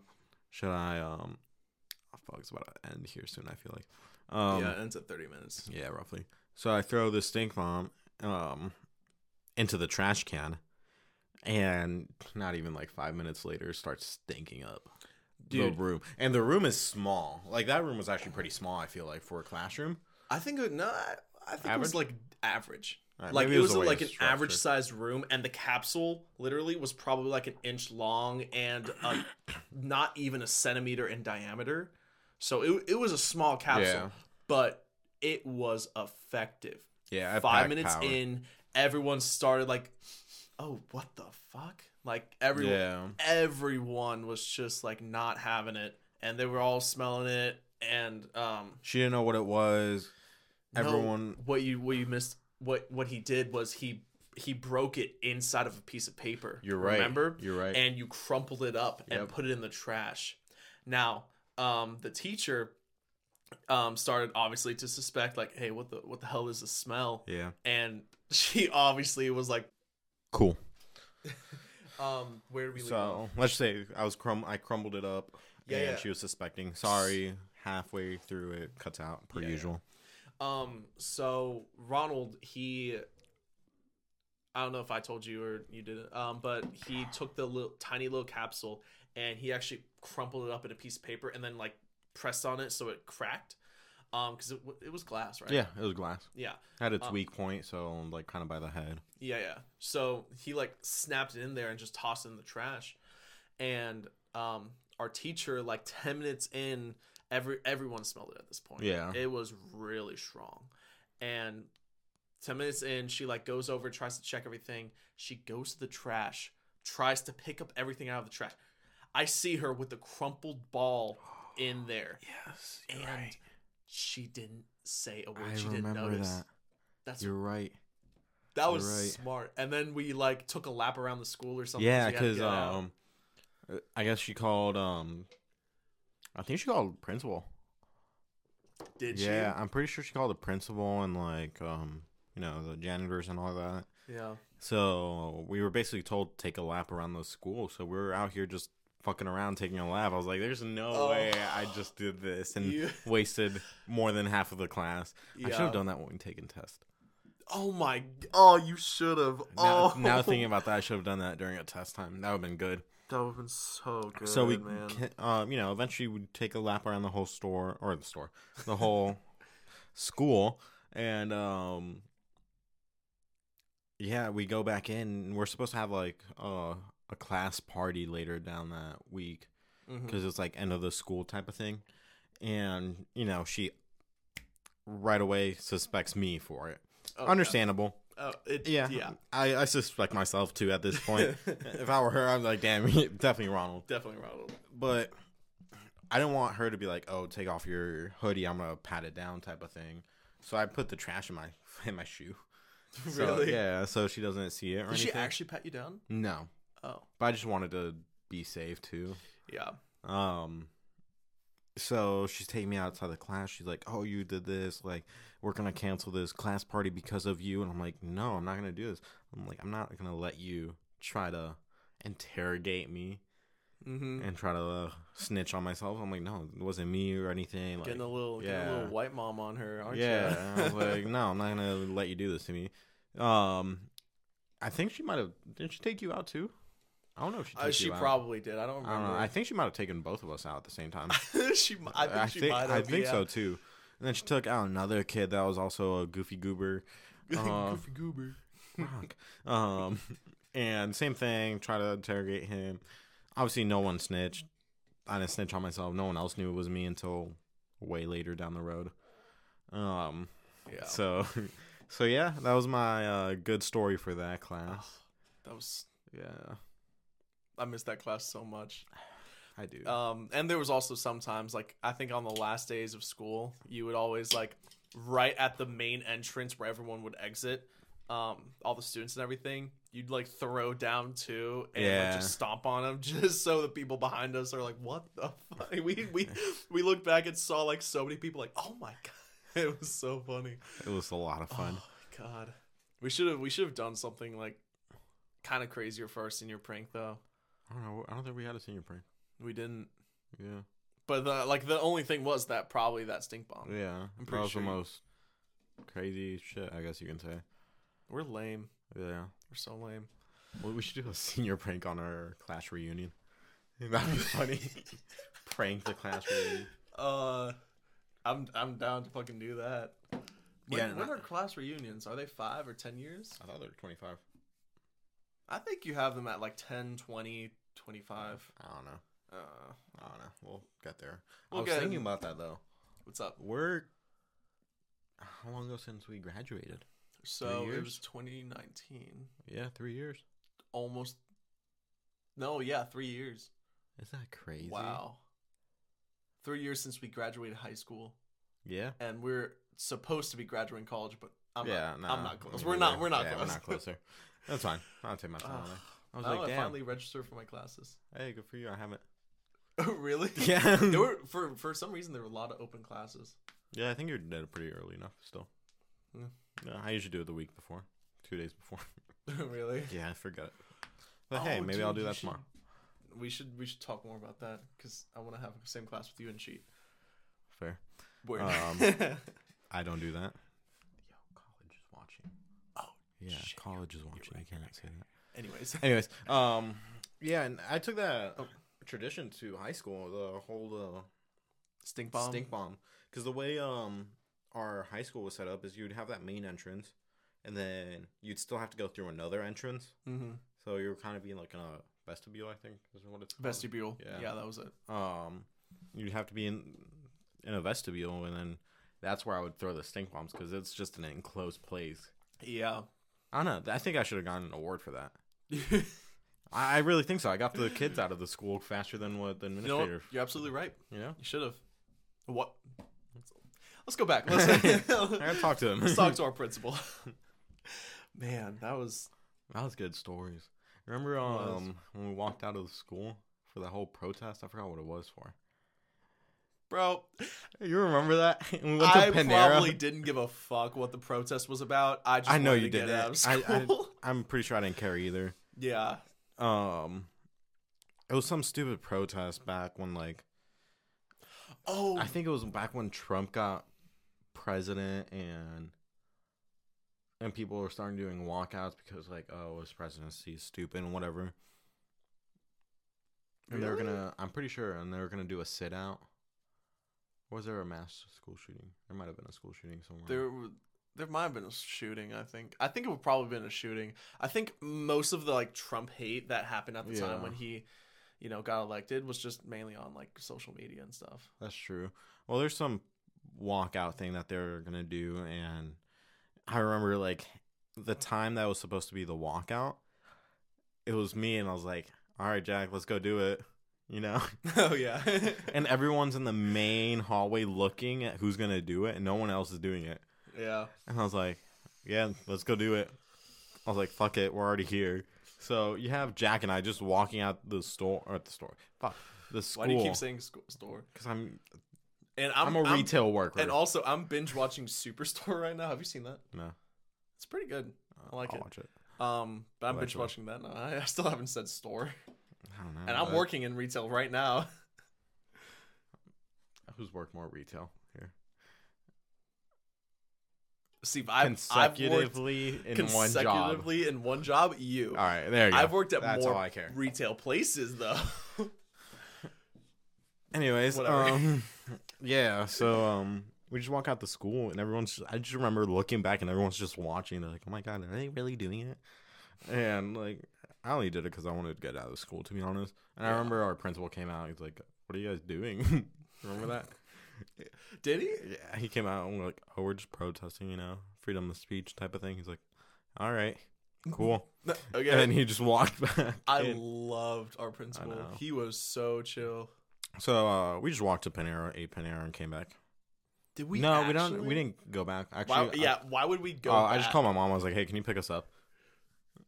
S1: should I, um, oh, fuck, it's about to end here soon, I feel like. Um,
S2: yeah. It ends at thirty minutes.
S1: yeah, roughly. So I throw the stink bomb um, into the trash can, and not even like five minutes later, it starts stinking up
S2: Dude.
S1: the room. And the room is small. Like that room was actually pretty small. I feel like for a classroom.
S2: I think it, no, I, I think it
S1: Average?
S2: was like average.
S1: All right,
S2: like
S1: maybe
S2: it was,
S1: the way
S2: like an
S1: it's
S2: average
S1: structured.
S2: sized room, and the capsule literally was probably like an inch long and uh not even a centimeter in diameter. So it it was a small capsule,
S1: Yeah.
S2: but it was effective.
S1: Yeah, I
S2: Five
S1: packed
S2: minutes
S1: power.
S2: in, everyone started like, "Oh, what the fuck!" Like everyone,
S1: Yeah,
S2: everyone was just like not having it, and they were all smelling it, and um,
S1: she didn't know what it was.
S2: no,
S1: Everyone,
S2: what you what you missed what what he did was he he broke it inside of a piece of paper
S1: you're right.
S2: remember
S1: you're right.
S2: and you crumpled it up and
S1: Yep.
S2: put it in the trash now um the teacher um started obviously to suspect like hey what the what the hell is this smell
S1: yeah,
S2: and she obviously was like
S1: cool.
S2: um where do we leave off?
S1: So let's say I was crum, I crumbled it up.
S2: Yeah,
S1: and
S2: yeah.
S1: she was suspecting. Sorry, halfway through it cuts out per
S2: Yeah, yeah.
S1: usual.
S2: Um, so Ronald, he, I don't know if I told you or you didn't, um, but he took the little tiny little capsule and he actually crumpled it up in a piece of paper and then like pressed on it so it cracked, um, because it, w- it was glass, right?
S1: Yeah, it was glass.
S2: yeah,
S1: Had its
S2: Um,
S1: weak point, so like kind of by the head.
S2: yeah, yeah. So he like snapped it in there and just tossed it in the trash, and um, our teacher like ten minutes in, every everyone smelled it at this point.
S1: Yeah.
S2: it was really strong, and ten minutes in, she like goes over, tries to check everything. She goes to the trash, tries to pick up everything out of the trash. I see her with the crumpled ball in there,
S1: Yes,
S2: and she didn't say a word.
S1: I
S2: she didn't
S1: remember
S2: notice.
S1: that.
S2: That's
S1: You're right.
S2: that
S1: You're
S2: was
S1: right.
S2: smart. And then we like took a lap around the school or something.
S1: Yeah,
S2: we had to
S1: because
S2: get out.
S1: um, I guess she called um, I think she called principal.
S2: did
S1: yeah, I'm pretty sure she called the principal and like um, you know, the janitors and all that.
S2: she? Yeah.
S1: So we were basically told to take a lap around the school. So we were out here just fucking around taking a lap. I was like, there's no
S2: Oh.
S1: way I just did this and
S2: You-
S1: wasted more than half of the class. I should
S2: Yeah.
S1: have done that when we taken test.
S2: Oh my. g- Oh, you should have.
S1: Now,
S2: Oh,
S1: now thinking about that, I should have done that during a test time. That would have been good.
S2: that would have been so good.
S1: so we,
S2: man.
S1: can, um, you know, eventually we'd take a lap around the whole store or the store, the whole school, and um, yeah, we go back in. and We're supposed to have like uh, a class party later down that week
S2: Mhm.
S1: because it's like end of the school type of thing, and you know she right away suspects me for it.
S2: Oh,
S1: Understandable.
S2: Yeah. Oh, it,
S1: Yeah,
S2: yeah. Yeah.
S1: I, I suspect myself too at this point. if I were her, I'm like, damn, definitely Ronald
S2: Definitely Ronald.
S1: but I didn't want her to be like, "Oh, take off your hoodie. I'm gonna pat it down," type of thing. So I put the trash in my in my shoe. So,
S2: really?
S1: yeah. So she doesn't see it or
S2: Did
S1: anything.
S2: she actually pat you down?
S1: No,
S2: Oh,
S1: but I just wanted to be safe too.
S2: yeah.
S1: Um. So she's taking me outside the class. She's like, "Oh, you did this. Like, we're gonna cancel this class party because of you." And I'm like, "No, I'm not gonna do this. I'm like, I'm not gonna let you try to interrogate me."
S2: Mm-hmm.
S1: and try to uh, snitch on myself. I'm like, no, it wasn't me or anything. Like,
S2: getting a little, getting a
S1: yeah.
S2: little white mom on her, aren't
S1: yeah,
S2: you?
S1: I was like, no, I'm not gonna let you do this to me. Um, I think she might have. Didn't she take you out too? I don't know if she. Took
S2: Uh, she
S1: you out.
S2: probably did. I
S1: I don't
S2: don't
S1: know. I
S2: remember.
S1: think she might have taken both of us out at the same time.
S2: she, mi- I think she might have.
S1: I think
S2: yeah.
S1: so too. And then she took out another kid that was also a goofy goober. Uh,
S2: Goofy goober.
S1: Rock. um, and same thing. Try to interrogate him. Obviously, no one snitched. I didn't snitch on myself. No one else knew it was me until way later down the road. Um,
S2: Yeah.
S1: so, so yeah, that was my uh, good story for that class.
S2: that was
S1: Yeah,
S2: I missed that class so much.
S1: I do.
S2: Um, and there was also sometimes like I think on the last days of school, you would always like right at the main entrance where everyone would exit, um, all the students and everything. You'd like throw down two and
S1: Yeah.
S2: like, just stomp on them just so the people behind us are like, "What the fuck?" We we we looked back and saw like so many people like, "Oh my god!" It was so funny.
S1: it was a lot of fun.
S2: Oh my god, we should have we should have done something like kind of crazier for our senior prank though.
S1: I don't know. I don't think we had a senior prank.
S2: We didn't.
S1: Yeah,
S2: But the like the only thing was that probably that stink bomb.
S1: yeah. that
S2: pretty
S1: was
S2: sure
S1: the
S2: you-
S1: most crazy shit. I guess you can say.
S2: We're lame.
S1: Yeah.
S2: We're so lame.
S1: Well, we should do a senior prank on our class reunion. That'd be funny. prank the class reunion.
S2: Uh I'm I'm down to fucking do that. When,
S1: Yeah,
S2: when
S1: no.
S2: are class reunions? Are they 5 or 10 years?
S1: I thought they were 25.
S2: I think you have them at like 10, 20, 25.
S1: I don't know.
S2: Uh
S1: I don't know. We'll get there.
S2: We'll
S1: I was
S2: get-
S1: thinking about that though.
S2: what's up?
S1: We're how long ago since we graduated?
S2: So it
S1: years?
S2: was 2019.
S1: Yeah, three years.
S2: Almost No, yeah, 3 years.
S1: Is that crazy?
S2: Wow. 3 years since we graduated high school.
S1: Yeah.
S2: and we're supposed to be graduating college, but I'm
S1: yeah.
S2: not,
S1: no,
S2: I'm not close.
S1: me
S2: We're not
S1: neither.
S2: we're not
S1: Yeah,
S2: close.
S1: We're not closer. That's fine. I'll take my time. on
S2: Ugh.
S1: it. I
S2: I
S1: was like,
S2: I
S1: damn.
S2: finally registered for my classes.
S1: Hey, good for you. I haven't.
S2: Oh, really?
S1: Yeah.
S2: there were for for some reason there were a lot of open classes.
S1: Yeah, I think you're dead pretty early enough still.
S2: Yeah.
S1: No, I usually do it the week before, two days before.
S2: really?
S1: Yeah, I forgot. But hey,
S2: Oh,
S1: maybe I'll
S2: dude,
S1: do
S2: you
S1: that
S2: should-
S1: tomorrow.
S2: We should we should talk more about that because I want to have the same class with you and cheat.
S1: fair.
S2: Word.
S1: Um,
S2: Yo,
S1: I don't do that. Yo, college is watching.
S2: Oh,
S1: yeah,
S2: shit,
S1: college is watching.
S2: right,
S1: I cannot say that.
S2: Anyways,
S1: Anyways, um, yeah, and I took that uh, tradition to high school, the whole
S2: stink
S1: uh,
S2: bomb.
S1: stink bomb, because the way um our high school was set up is you'd have that main entrance, and then you'd still have to go through another entrance,
S2: Mm-hmm.
S1: so you were kind of being like in a vestibule, I think is what it's called.
S2: Vestibule.
S1: Yeah.
S2: yeah, that was it.
S1: Um, you'd have to be in in a vestibule, and then that's where I would throw the stink bombs because it's just an enclosed place.
S2: Yeah.
S1: I don't know. I think I should have gotten an award for that. I, I really think so. I got the kids out of the school faster than what the
S2: You know what?
S1: administrator.
S2: You're absolutely right.
S1: You know,
S2: You should have. What? Let's go back. Let's,
S1: I gotta talk to him.
S2: let's talk to our principal. Man, that was
S1: that was good stories. Remember
S2: was.
S1: um when we walked out of the school for that whole protest? I forgot what it was for.
S2: bro.
S1: You remember that? And we went to
S2: I
S1: Panera.
S2: probably didn't give a fuck what the protest was about. I just
S1: I know
S2: wanted
S1: you
S2: to get
S1: didn't.
S2: out of
S1: I- I-
S2: school.
S1: I'm pretty sure I didn't care either.
S2: yeah,
S1: Um, it was some stupid protest back when like
S2: Oh,
S1: I think it was back when Trump got president and and people were starting doing walkouts because like oh his presidency is stupid and whatever. And they're
S2: Really?
S1: gonna I'm pretty sure and they were gonna do a sit out. Or was there a mass school shooting? There might have been a school shooting somewhere.
S2: there w- there might have been a shooting. I think I think it would probably been a shooting. I think most of the like Trump hate that happened at the time
S1: Yeah.
S2: when he, you know, got elected was just mainly on like social media and stuff.
S1: That's true. Well, there's some walkout thing that they're gonna do, and I remember like the time that was supposed to be the walkout. It was me, and I was like, "All right, Jack, let's go do it," you know.
S2: oh yeah,
S1: and everyone's in the main hallway looking at who's gonna do it, and no one else is doing it.
S2: yeah.
S1: And I was like, "Yeah, let's go do it." I was like, "Fuck it, we're already here." So you have Jack and I just walking out the store or at the store. Fuck the school.
S2: Why do you keep saying sc- store?
S1: Because I'm,
S2: And
S1: I'm
S2: I'm,
S1: a retail worker.
S2: and also I'm binge watching Superstore right now. Have you seen that?
S1: No. Oh,
S2: It's pretty good. I like
S1: I'll
S2: it.
S1: watch it.
S2: Um, but I'm binge
S1: Allegedly.
S2: watching that. No, I, I still haven't said store.
S1: I don't know.
S2: And I'm
S1: Uh,
S2: working in retail right now.
S1: Who's worked more retail here?
S2: See, I've, I've worked
S1: consecutively in one job.
S2: consecutively in one job. You,
S1: All right, there you go.
S2: I've worked at
S1: That's
S2: more
S1: all I care.
S2: retail places though.
S1: Anyways,
S2: Whatever.
S1: um, yeah. So um, we just walk out the school, and everyone's. I just remember looking back, and everyone's just watching. They're like, "Oh my god, are they really doing it?" And like, I only did it because I wanted to get out of school, to be honest. And I
S2: Yeah.
S1: remember our principal came out. He's like, "What are you guys doing?" remember that?
S2: Did he?
S1: yeah, he came out and we're like, "Oh, we're just protesting, you know, freedom of speech type of thing." He's like, "All right, cool."
S2: No,
S1: And
S2: Okay.
S1: then he just walked back.
S2: I
S1: in.
S2: loved our principal.
S1: know.
S2: He was so chill.
S1: so uh, we just walked to Panera, ate Panera, and came back.
S2: Did we?
S1: no, we
S2: actually-
S1: don't. We didn't go back. Actually,
S2: Why,
S1: I-
S2: yeah. Why would we go?
S1: uh, I just
S2: back?
S1: called my mom. I was like, "Hey, can you pick us up?"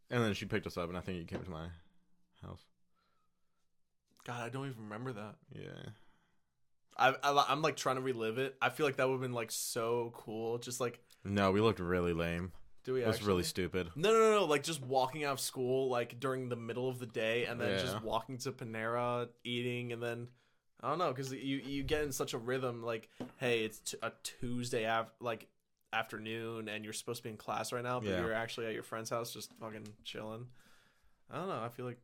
S1: And then she picked us up, and I think you came to my house.
S2: God, I don't even remember that.
S1: Yeah,
S2: I, I I'm like trying to relive it. I feel like that would have been like so cool. Just like,
S1: no, we looked really lame.
S2: do we?
S1: It was
S2: actually?
S1: really stupid.
S2: No, no, no, no, like just walking out of school, like during the middle of the day, and then
S1: Yeah.
S2: just walking to Panera, eating, and then I don't know, because you you get in such a rhythm. Like, hey, it's t- a Tuesday af- like afternoon, and you're supposed to be in class right now, but
S1: Yeah.
S2: you're actually at your friend's house, just fucking chilling. I don't know. I feel like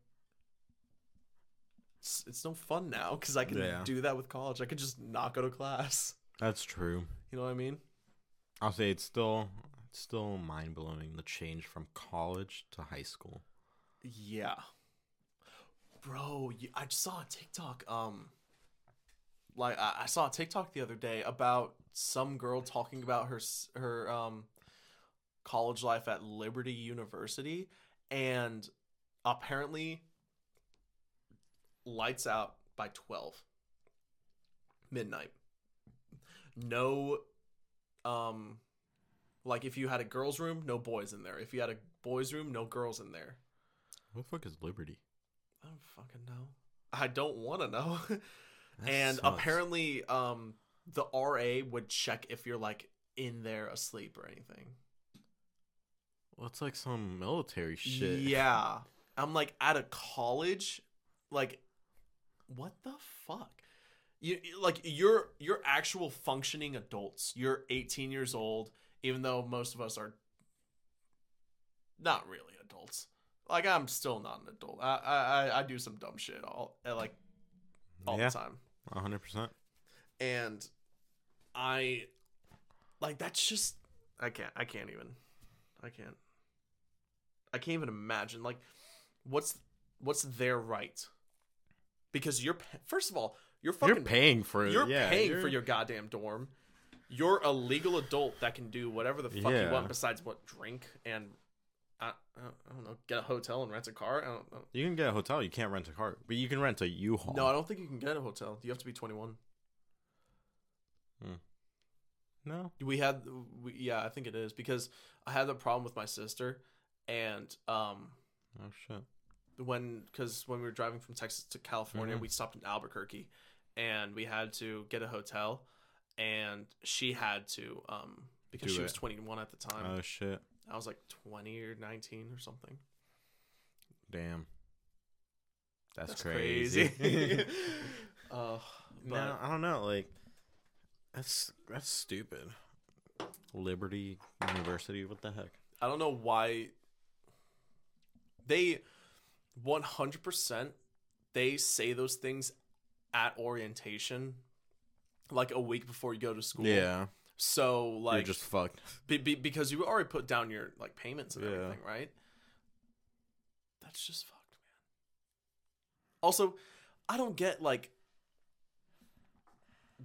S2: it's, it's no fun now because I can
S1: Yeah.
S2: do that with college. I could just not go to class.
S1: That's true.
S2: You know what I mean?
S1: I'll say it's still, it's still mind blowing the change from college to high school.
S2: Yeah. Bro, you, I just saw a TikTok. Um, like I, I saw a TikTok the other day about some girl talking about her s- her um college life at Liberty University, and apparently lights out by twelve midnight. No, um, like if you had a girls' room, no boys in there. If you had a boys' room, no girls in there.
S1: What the fuck is liberty?
S2: I don't fucking know. I don't want to know.
S1: That
S2: and
S1: sucks.
S2: apparently, um, the RA would check if you're like in there asleep or anything.
S1: Well, it's like some military shit.
S2: Yeah, I'm like at a college, like, what the fuck? you like you're you're actual functioning adults. You're 18 years old, even though most of us are not really adults. Like I'm still not an adult. I I I- I do some dumb shit all like all
S1: Yeah.
S2: the time,
S1: hundred percent.
S2: and I like that's just I can't I can't even I can't I can't even imagine like what's what's their right because you're pa- first of all you're fucking
S1: You're paying for it.
S2: you're
S1: yeah,
S2: paying
S1: you're-
S2: for your goddamn dorm. You're a legal adult that can do whatever the fuck
S1: Yeah.
S2: you want besides what drink and I, I don't- I don't know, get a hotel and rent a car. I don't, I don't-
S1: You can get a hotel. You can't rent a car, but you can rent a U-Haul.
S2: No, I don't think you can get a hotel. You have to be 21.
S1: no.
S2: We had we, yeah, I think it is because I had the problem with my sister and um
S1: Oh shit.
S2: when because when we were driving from Texas to California,
S1: Mhm.
S2: we stopped in Albuquerque, and we had to get a hotel, and she had to um because
S1: Do
S2: she
S1: it.
S2: was 21 at the time.
S1: Oh shit.
S2: I was like 20 or 19 or something.
S1: Damn. That's,
S2: uh, but
S1: no, I don't know. Like, that's that's stupid. Liberty University. What the heck?
S2: I don't know why they 100% they say those things at orientation like a week before you go to school.
S1: Yeah,
S2: So
S1: you're
S2: like
S1: just fucked.
S2: be, be, because you already put down your like payments and
S1: Yeah.
S2: everything, right? That's just fucked, man. Also, I don't get like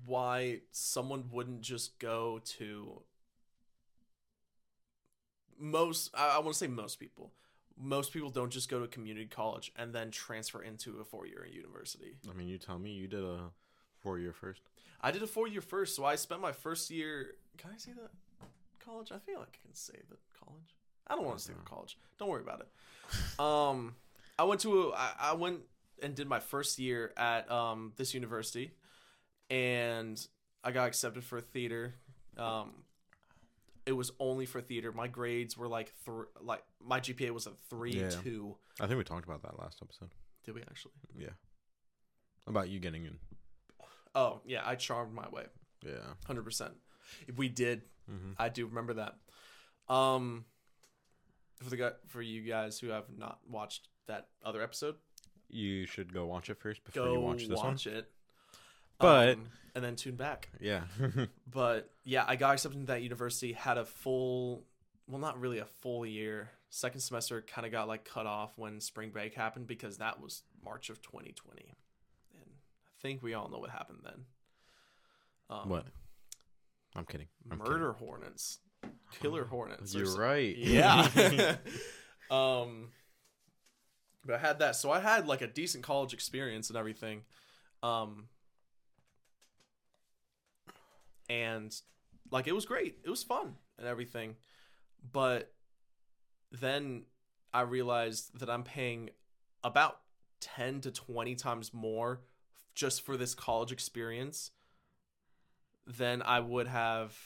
S2: why someone wouldn't just go to most I, I want to say most people. Most people don't just go to community college and then transfer into a four-year university.
S1: I mean, you tell me. You did a four-year first.
S2: I did a four year first, so I spent my first year. Can I say that college? I feel like I can say that college. I don't want to say the college. Don't worry about it. Um, I went to a, I, I went and did my first year at um this university, and I got accepted for theater. Um, it was only for theater. My grades were like three, like my GPA was a three
S1: Yeah.
S2: two.
S1: I think we talked about that last episode.
S2: Did we actually?
S1: Yeah, about you getting in.
S2: Oh yeah, I charmed my way,
S1: Yeah.
S2: hundred percent. We did.
S1: Mm-hmm.
S2: I do remember that. Um, for the guy, for you guys who have not watched that other episode,
S1: You should go watch it first before
S2: go
S1: you watch this one.
S2: it.
S1: But-
S2: Um, and then tune back.
S1: Yeah.
S2: But yeah, I got accepted into that university. Had a full, well, not really a full year. Second semester kind of got like cut off when spring break happened because that was March of 2020, and I think we all know what happened then. Um,
S1: what? I'm kidding. I'm kidding.
S2: murder hornets, killer hornets. or
S1: You're
S2: something.
S1: right.
S2: Yeah. um but I had that. So I had like a decent college experience and everything. Um and like it was great. It was fun and everything. But then I realized that I'm paying about 10 to 20 times more just for this college experience than I would have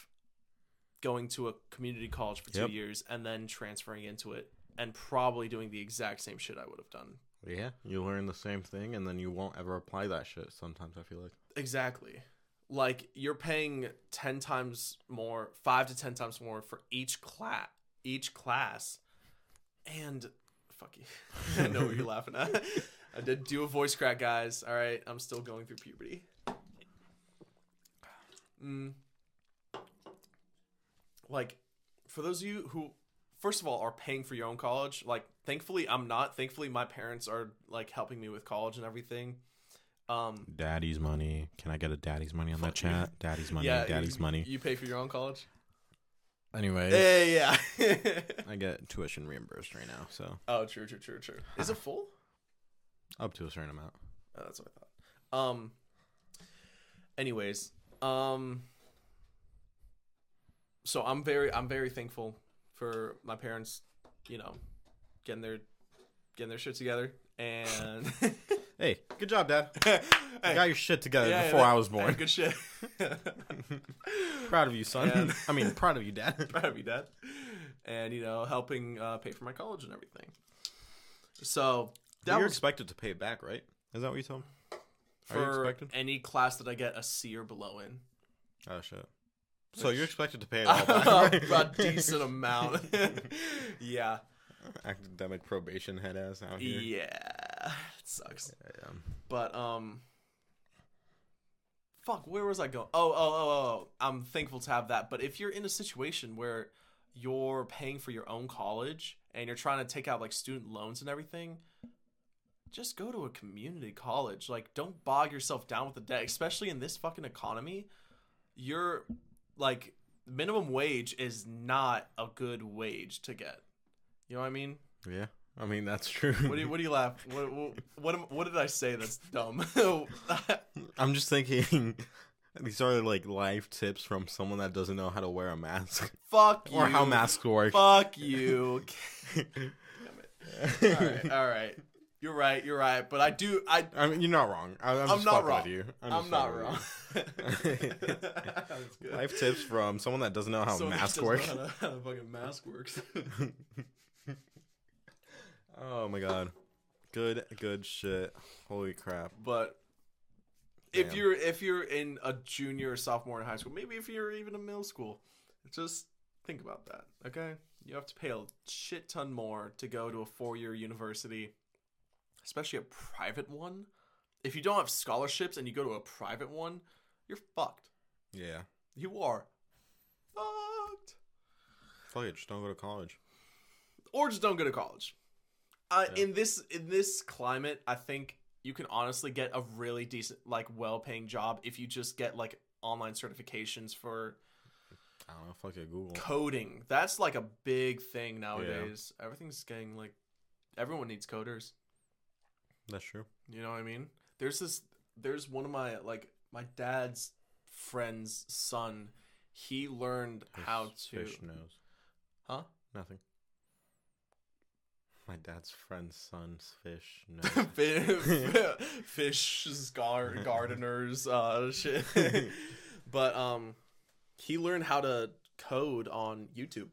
S2: going to a community college for 2
S1: Yep.
S2: years and then transferring into it and probably doing the exact same shit I would have done.
S1: yeah. You learn the same thing, and then you won't ever apply that shit. Sometimes I feel like.
S2: Exactly. Like you're paying 10 times more, 5 to 10 times more for each class, each class. And fuck you. I know what you're laughing at. I did do a voice crack, guys. All right, I'm still going through puberty. Mm. Like for those of you who first of all are paying for your own college, like thankfully I'm not. Thankfully my parents are like helping me with college and everything. Um
S1: Daddy's money. Can I get a daddy's money on that
S2: Fuck you.
S1: chat? Daddy's money. daddy's
S2: you,
S1: money.
S2: You pay for your own college.
S1: Anyway,
S2: Yeah, yeah.
S1: I get tuition reimbursed right now, so
S2: oh, true, true, true, true. Is it
S1: Ah.
S2: full?
S1: up to a certain amount.
S2: Oh, that's what I thought. Um. Anyways, um. So I'm very I'm very thankful for my parents, you know, getting their getting their shit together and
S1: Hey, good job, Dad.
S2: Hey,
S1: I got your shit together
S2: yeah,
S1: Uh, before
S2: that-
S1: I was
S2: hey,
S1: born.
S2: good shit.
S1: Proud of you, son.
S2: And-
S1: I mean, proud of you, Dad.
S2: proud of you, Dad. And you know, helping uh, pay for my college and everything. So that
S1: You're
S2: was
S1: expected to pay it back, right? Is that what you told him? Are you
S2: for
S1: expected?
S2: any class that I get a C or below in.
S1: Oh shit. So you're expected to pay it all back.
S2: a decent amount. yeah.
S1: Academic probation head ass out here.
S2: Yeah. It sucks.
S1: Yeah.
S2: But um fuck, where was I going? Oh, oh, oh, oh. I'm thankful to have that. But if you're in a situation where you're paying for your own college and you're trying to take out like student loans and everything, just go to a community college. Like don't bog yourself down with the debt, especially in this fucking economy. You're like minimum wage is not a good wage to get. You know what I mean?
S1: Yeah. I mean that's true.
S2: What do you, what do you laugh? What, what what am- what did I say that's dumb? oh
S1: I'm just thinking these are like life tips from someone that doesn't know how to wear a mask
S2: Fuck you.
S1: or how masks work.
S2: Fuck you. all right, all right. You're right. You're right. But I do. I
S1: I mean, you're not wrong. I, I'm, just
S2: not
S1: fucking
S2: wrong.
S1: With you.
S2: I'm,
S1: just
S2: not
S1: fucking with
S2: wrong. That was
S1: you.
S2: good.
S1: Life tips from someone that doesn't know how
S2: Someone that
S1: masks
S2: doesn't
S1: work.
S2: know How, to- how the fucking mask works.
S1: oh my god. Good, good shit. Holy crap.
S2: but if
S1: Damn.
S2: you're if you're in a junior or sophomore in high school, maybe if you're even in middle school, just think about that. Okay, you have to pay a shit ton more to go to a four year university, especially a private one. If you don't have scholarships and you go to a private one, you're fucked.
S1: Yeah.
S2: You are fucked.
S1: Fuck it. Just don't go to college.
S2: or just don't go to college. Uh,
S1: Yeah.
S2: In this in this climate, I think you can honestly get a really decent, like, well-paying job if you just get like online certifications for
S1: I don't know. Fuck it. Google.
S2: coding. That's like a big thing nowadays. Everything's getting like everyone needs coders.
S1: That's true.
S2: You know what I mean? There's this there's one of my like my dad's friend's son. He learned
S1: His
S2: how to
S1: Fish knows.
S2: Huh?
S1: Nothing. My dad's friend's son's fish knows.
S2: Fi- fish gar- gardeners uh shit but um he learned how to code on youtube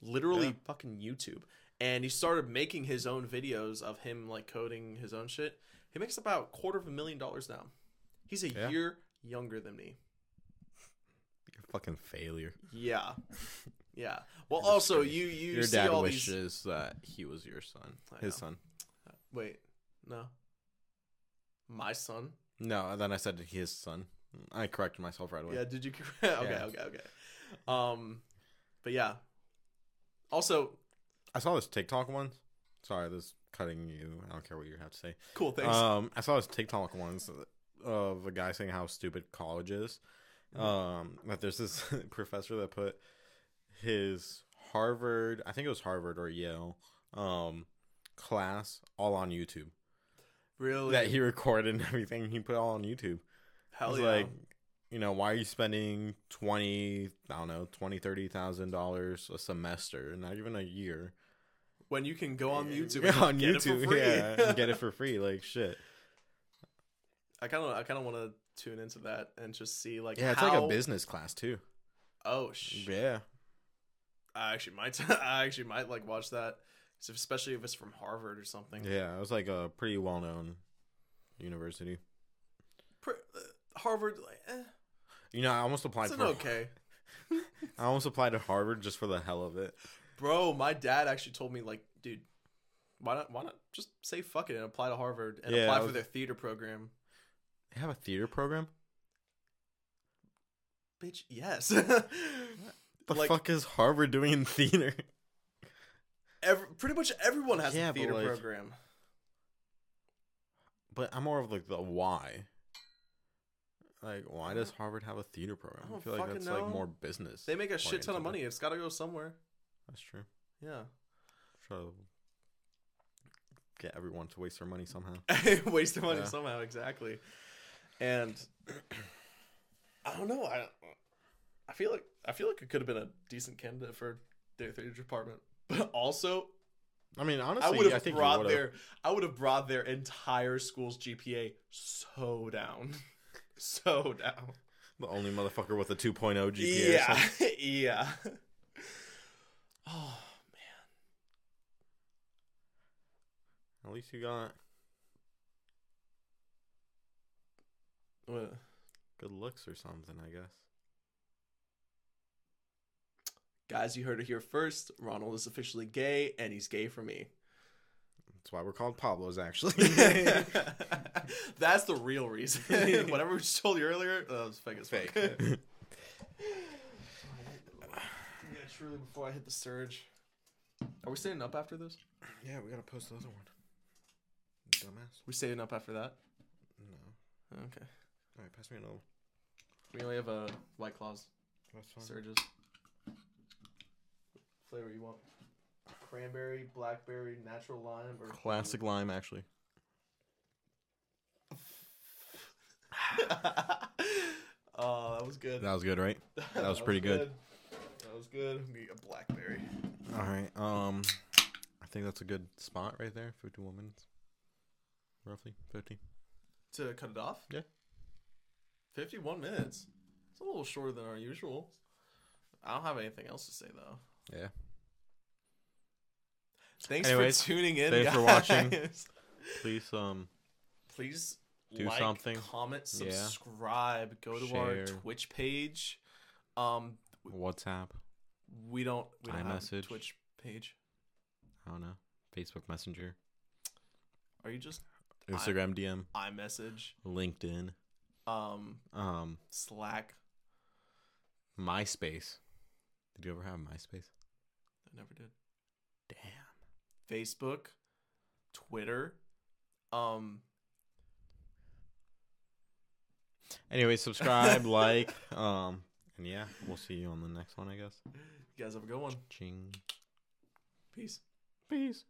S2: literally
S1: Yeah.
S2: fucking youtube and he started making his own videos of him like coding his own shit he makes about quarter of a million dollars now he's a
S1: Yeah.
S2: year younger than me
S1: You're a fucking failure.
S2: yeah yeah well
S1: You're
S2: also
S1: disgrace.
S2: you you
S1: your
S2: see
S1: dad
S2: all these
S1: wishes that he was your son.
S2: I
S1: His
S2: know.
S1: son.
S2: wait no my son
S1: No, and then I said his son. I corrected myself right away.
S2: Yeah, did you? okay,
S1: Yeah.
S2: okay, okay. Um, but yeah. Also,
S1: I saw this TikTok one. Sorry, this is cutting you. I don't care what you have to say.
S2: cool things.
S1: Um, I saw this TikTok once of a guy saying how stupid college is.
S2: Mm-hmm.
S1: Um, that there's this professor that put his Harvard, I think it was Harvard or Yale, um, class all on YouTube.
S2: really?
S1: That he recorded and everything. He put it all on YouTube. I
S2: hell
S1: was
S2: yeah.
S1: like, you know, why are you spending twenty, I don't know, twenty, thirty thousand dollars a semester, not even a year
S2: when you can go on YouTube,
S1: Yeah,
S2: and
S1: on
S2: get
S1: YouTube,
S2: it for free.
S1: yeah, and get it for free. Like shit.
S2: I kind of, I kind of want to tune into that and just see like
S1: Yeah, it's
S2: how...
S1: like a business class too.
S2: Oh sh!
S1: Yeah,
S2: I actually might, I actually might like watch that, 'Cause if- especially if it's from Harvard or something.
S1: yeah, it was like a pretty well known university.
S2: Pr- uh, Harvard, like, eh,
S1: You know, I almost applied
S2: it's an
S1: for.
S2: okay.
S1: I almost applied to Harvard just for the hell of it.
S2: Bro, my dad actually told me like, dude, why not why not just say fuck it and apply to Harvard and
S1: Yeah,
S2: apply
S1: I
S2: for
S1: was-
S2: their theater program?
S1: They have a theater program.
S2: Bitch, yes.
S1: The
S2: like
S1: fuck is Harvard doing in theater?
S2: every, pretty much everyone has
S1: Yeah,
S2: a
S1: but,
S2: theater
S1: like-
S2: program.
S1: But I'm more of like the why. Like, why does Harvard have a theater program?
S2: I
S1: I,
S2: don't
S1: feel like
S2: fucking
S1: that's
S2: know.
S1: like more business.
S2: They make a shit ton of
S1: oriented.
S2: money. It's got to go somewhere.
S1: That's true.
S2: Yeah.
S1: Try to get everyone to waste their money somehow.
S2: Waste the money
S1: Yeah.
S2: somehow, exactly. And I don't know. I I feel like I feel like it could have been a decent candidate for their theater department. But also,
S1: I mean, honestly,
S2: I
S1: I,
S2: would have
S1: think you
S2: brought
S1: would've.
S2: their I would have brought their entire school's GPA so down. so down.
S1: the only motherfucker with a 2.0 GPA. or
S2: Yeah.
S1: something.
S2: yeah. Oh,
S1: At least you got
S2: What?
S1: Good looks or something, I guess.
S2: Guys, you heard it here first. Ronald is officially gay, and he's gay for me.
S1: That's why we're called Pablos, actually.
S2: That's the real reason. Whatever we just told you earlier, that was fake as
S1: Fake.
S2: fuck. Yeah, truly, before I hit the surge. Are we staying up after this?
S1: yeah, we gotta post the other one. Dumbass.
S2: We staying up after that?
S1: No.
S2: Okay.
S1: All right, pass me another. one.
S2: We only have uh, White Claws
S1: That's fine.
S2: surges. Flavor you want? Cranberry, blackberry, natural lime, or
S1: Classic lime, actually.
S2: oh, that was good.
S1: That was good, right? that was pretty good.
S2: That was good. Me a blackberry.
S1: All right. Um, I think that's a good spot right there. Fifty-one minutes, roughly fifty.
S2: To cut it off?
S1: Yeah.
S2: 51 minutes. It's a little shorter than our usual. I don't have anything else to say, though.
S1: Yeah.
S2: Thanks
S1: Anyways,
S2: for tuning in.
S1: thanks
S2: guys.
S1: for watching. Please, um,
S2: Please
S1: Do
S2: like,
S1: something.
S2: comment,
S1: Yeah.
S2: subscribe, go to our
S1: Share.
S2: Twitch page. Um,
S1: WhatsApp.
S2: we don't we don't have a
S1: iMessage.
S2: Twitch page.
S1: I don't know. Facebook Messenger,
S2: Are you just
S1: Instagram DM,
S2: iMessage,
S1: LinkedIn,
S2: um,
S1: um,
S2: Slack?
S1: MySpace. Did you ever have MySpace?
S2: I never did.
S1: Damn.
S2: Facebook, Twitter, um,
S1: Anyway, subscribe, like, um, and yeah, we'll see you on the next one, I guess.
S2: You guys have a good one.
S1: Ching.
S2: Peace.
S1: Peace.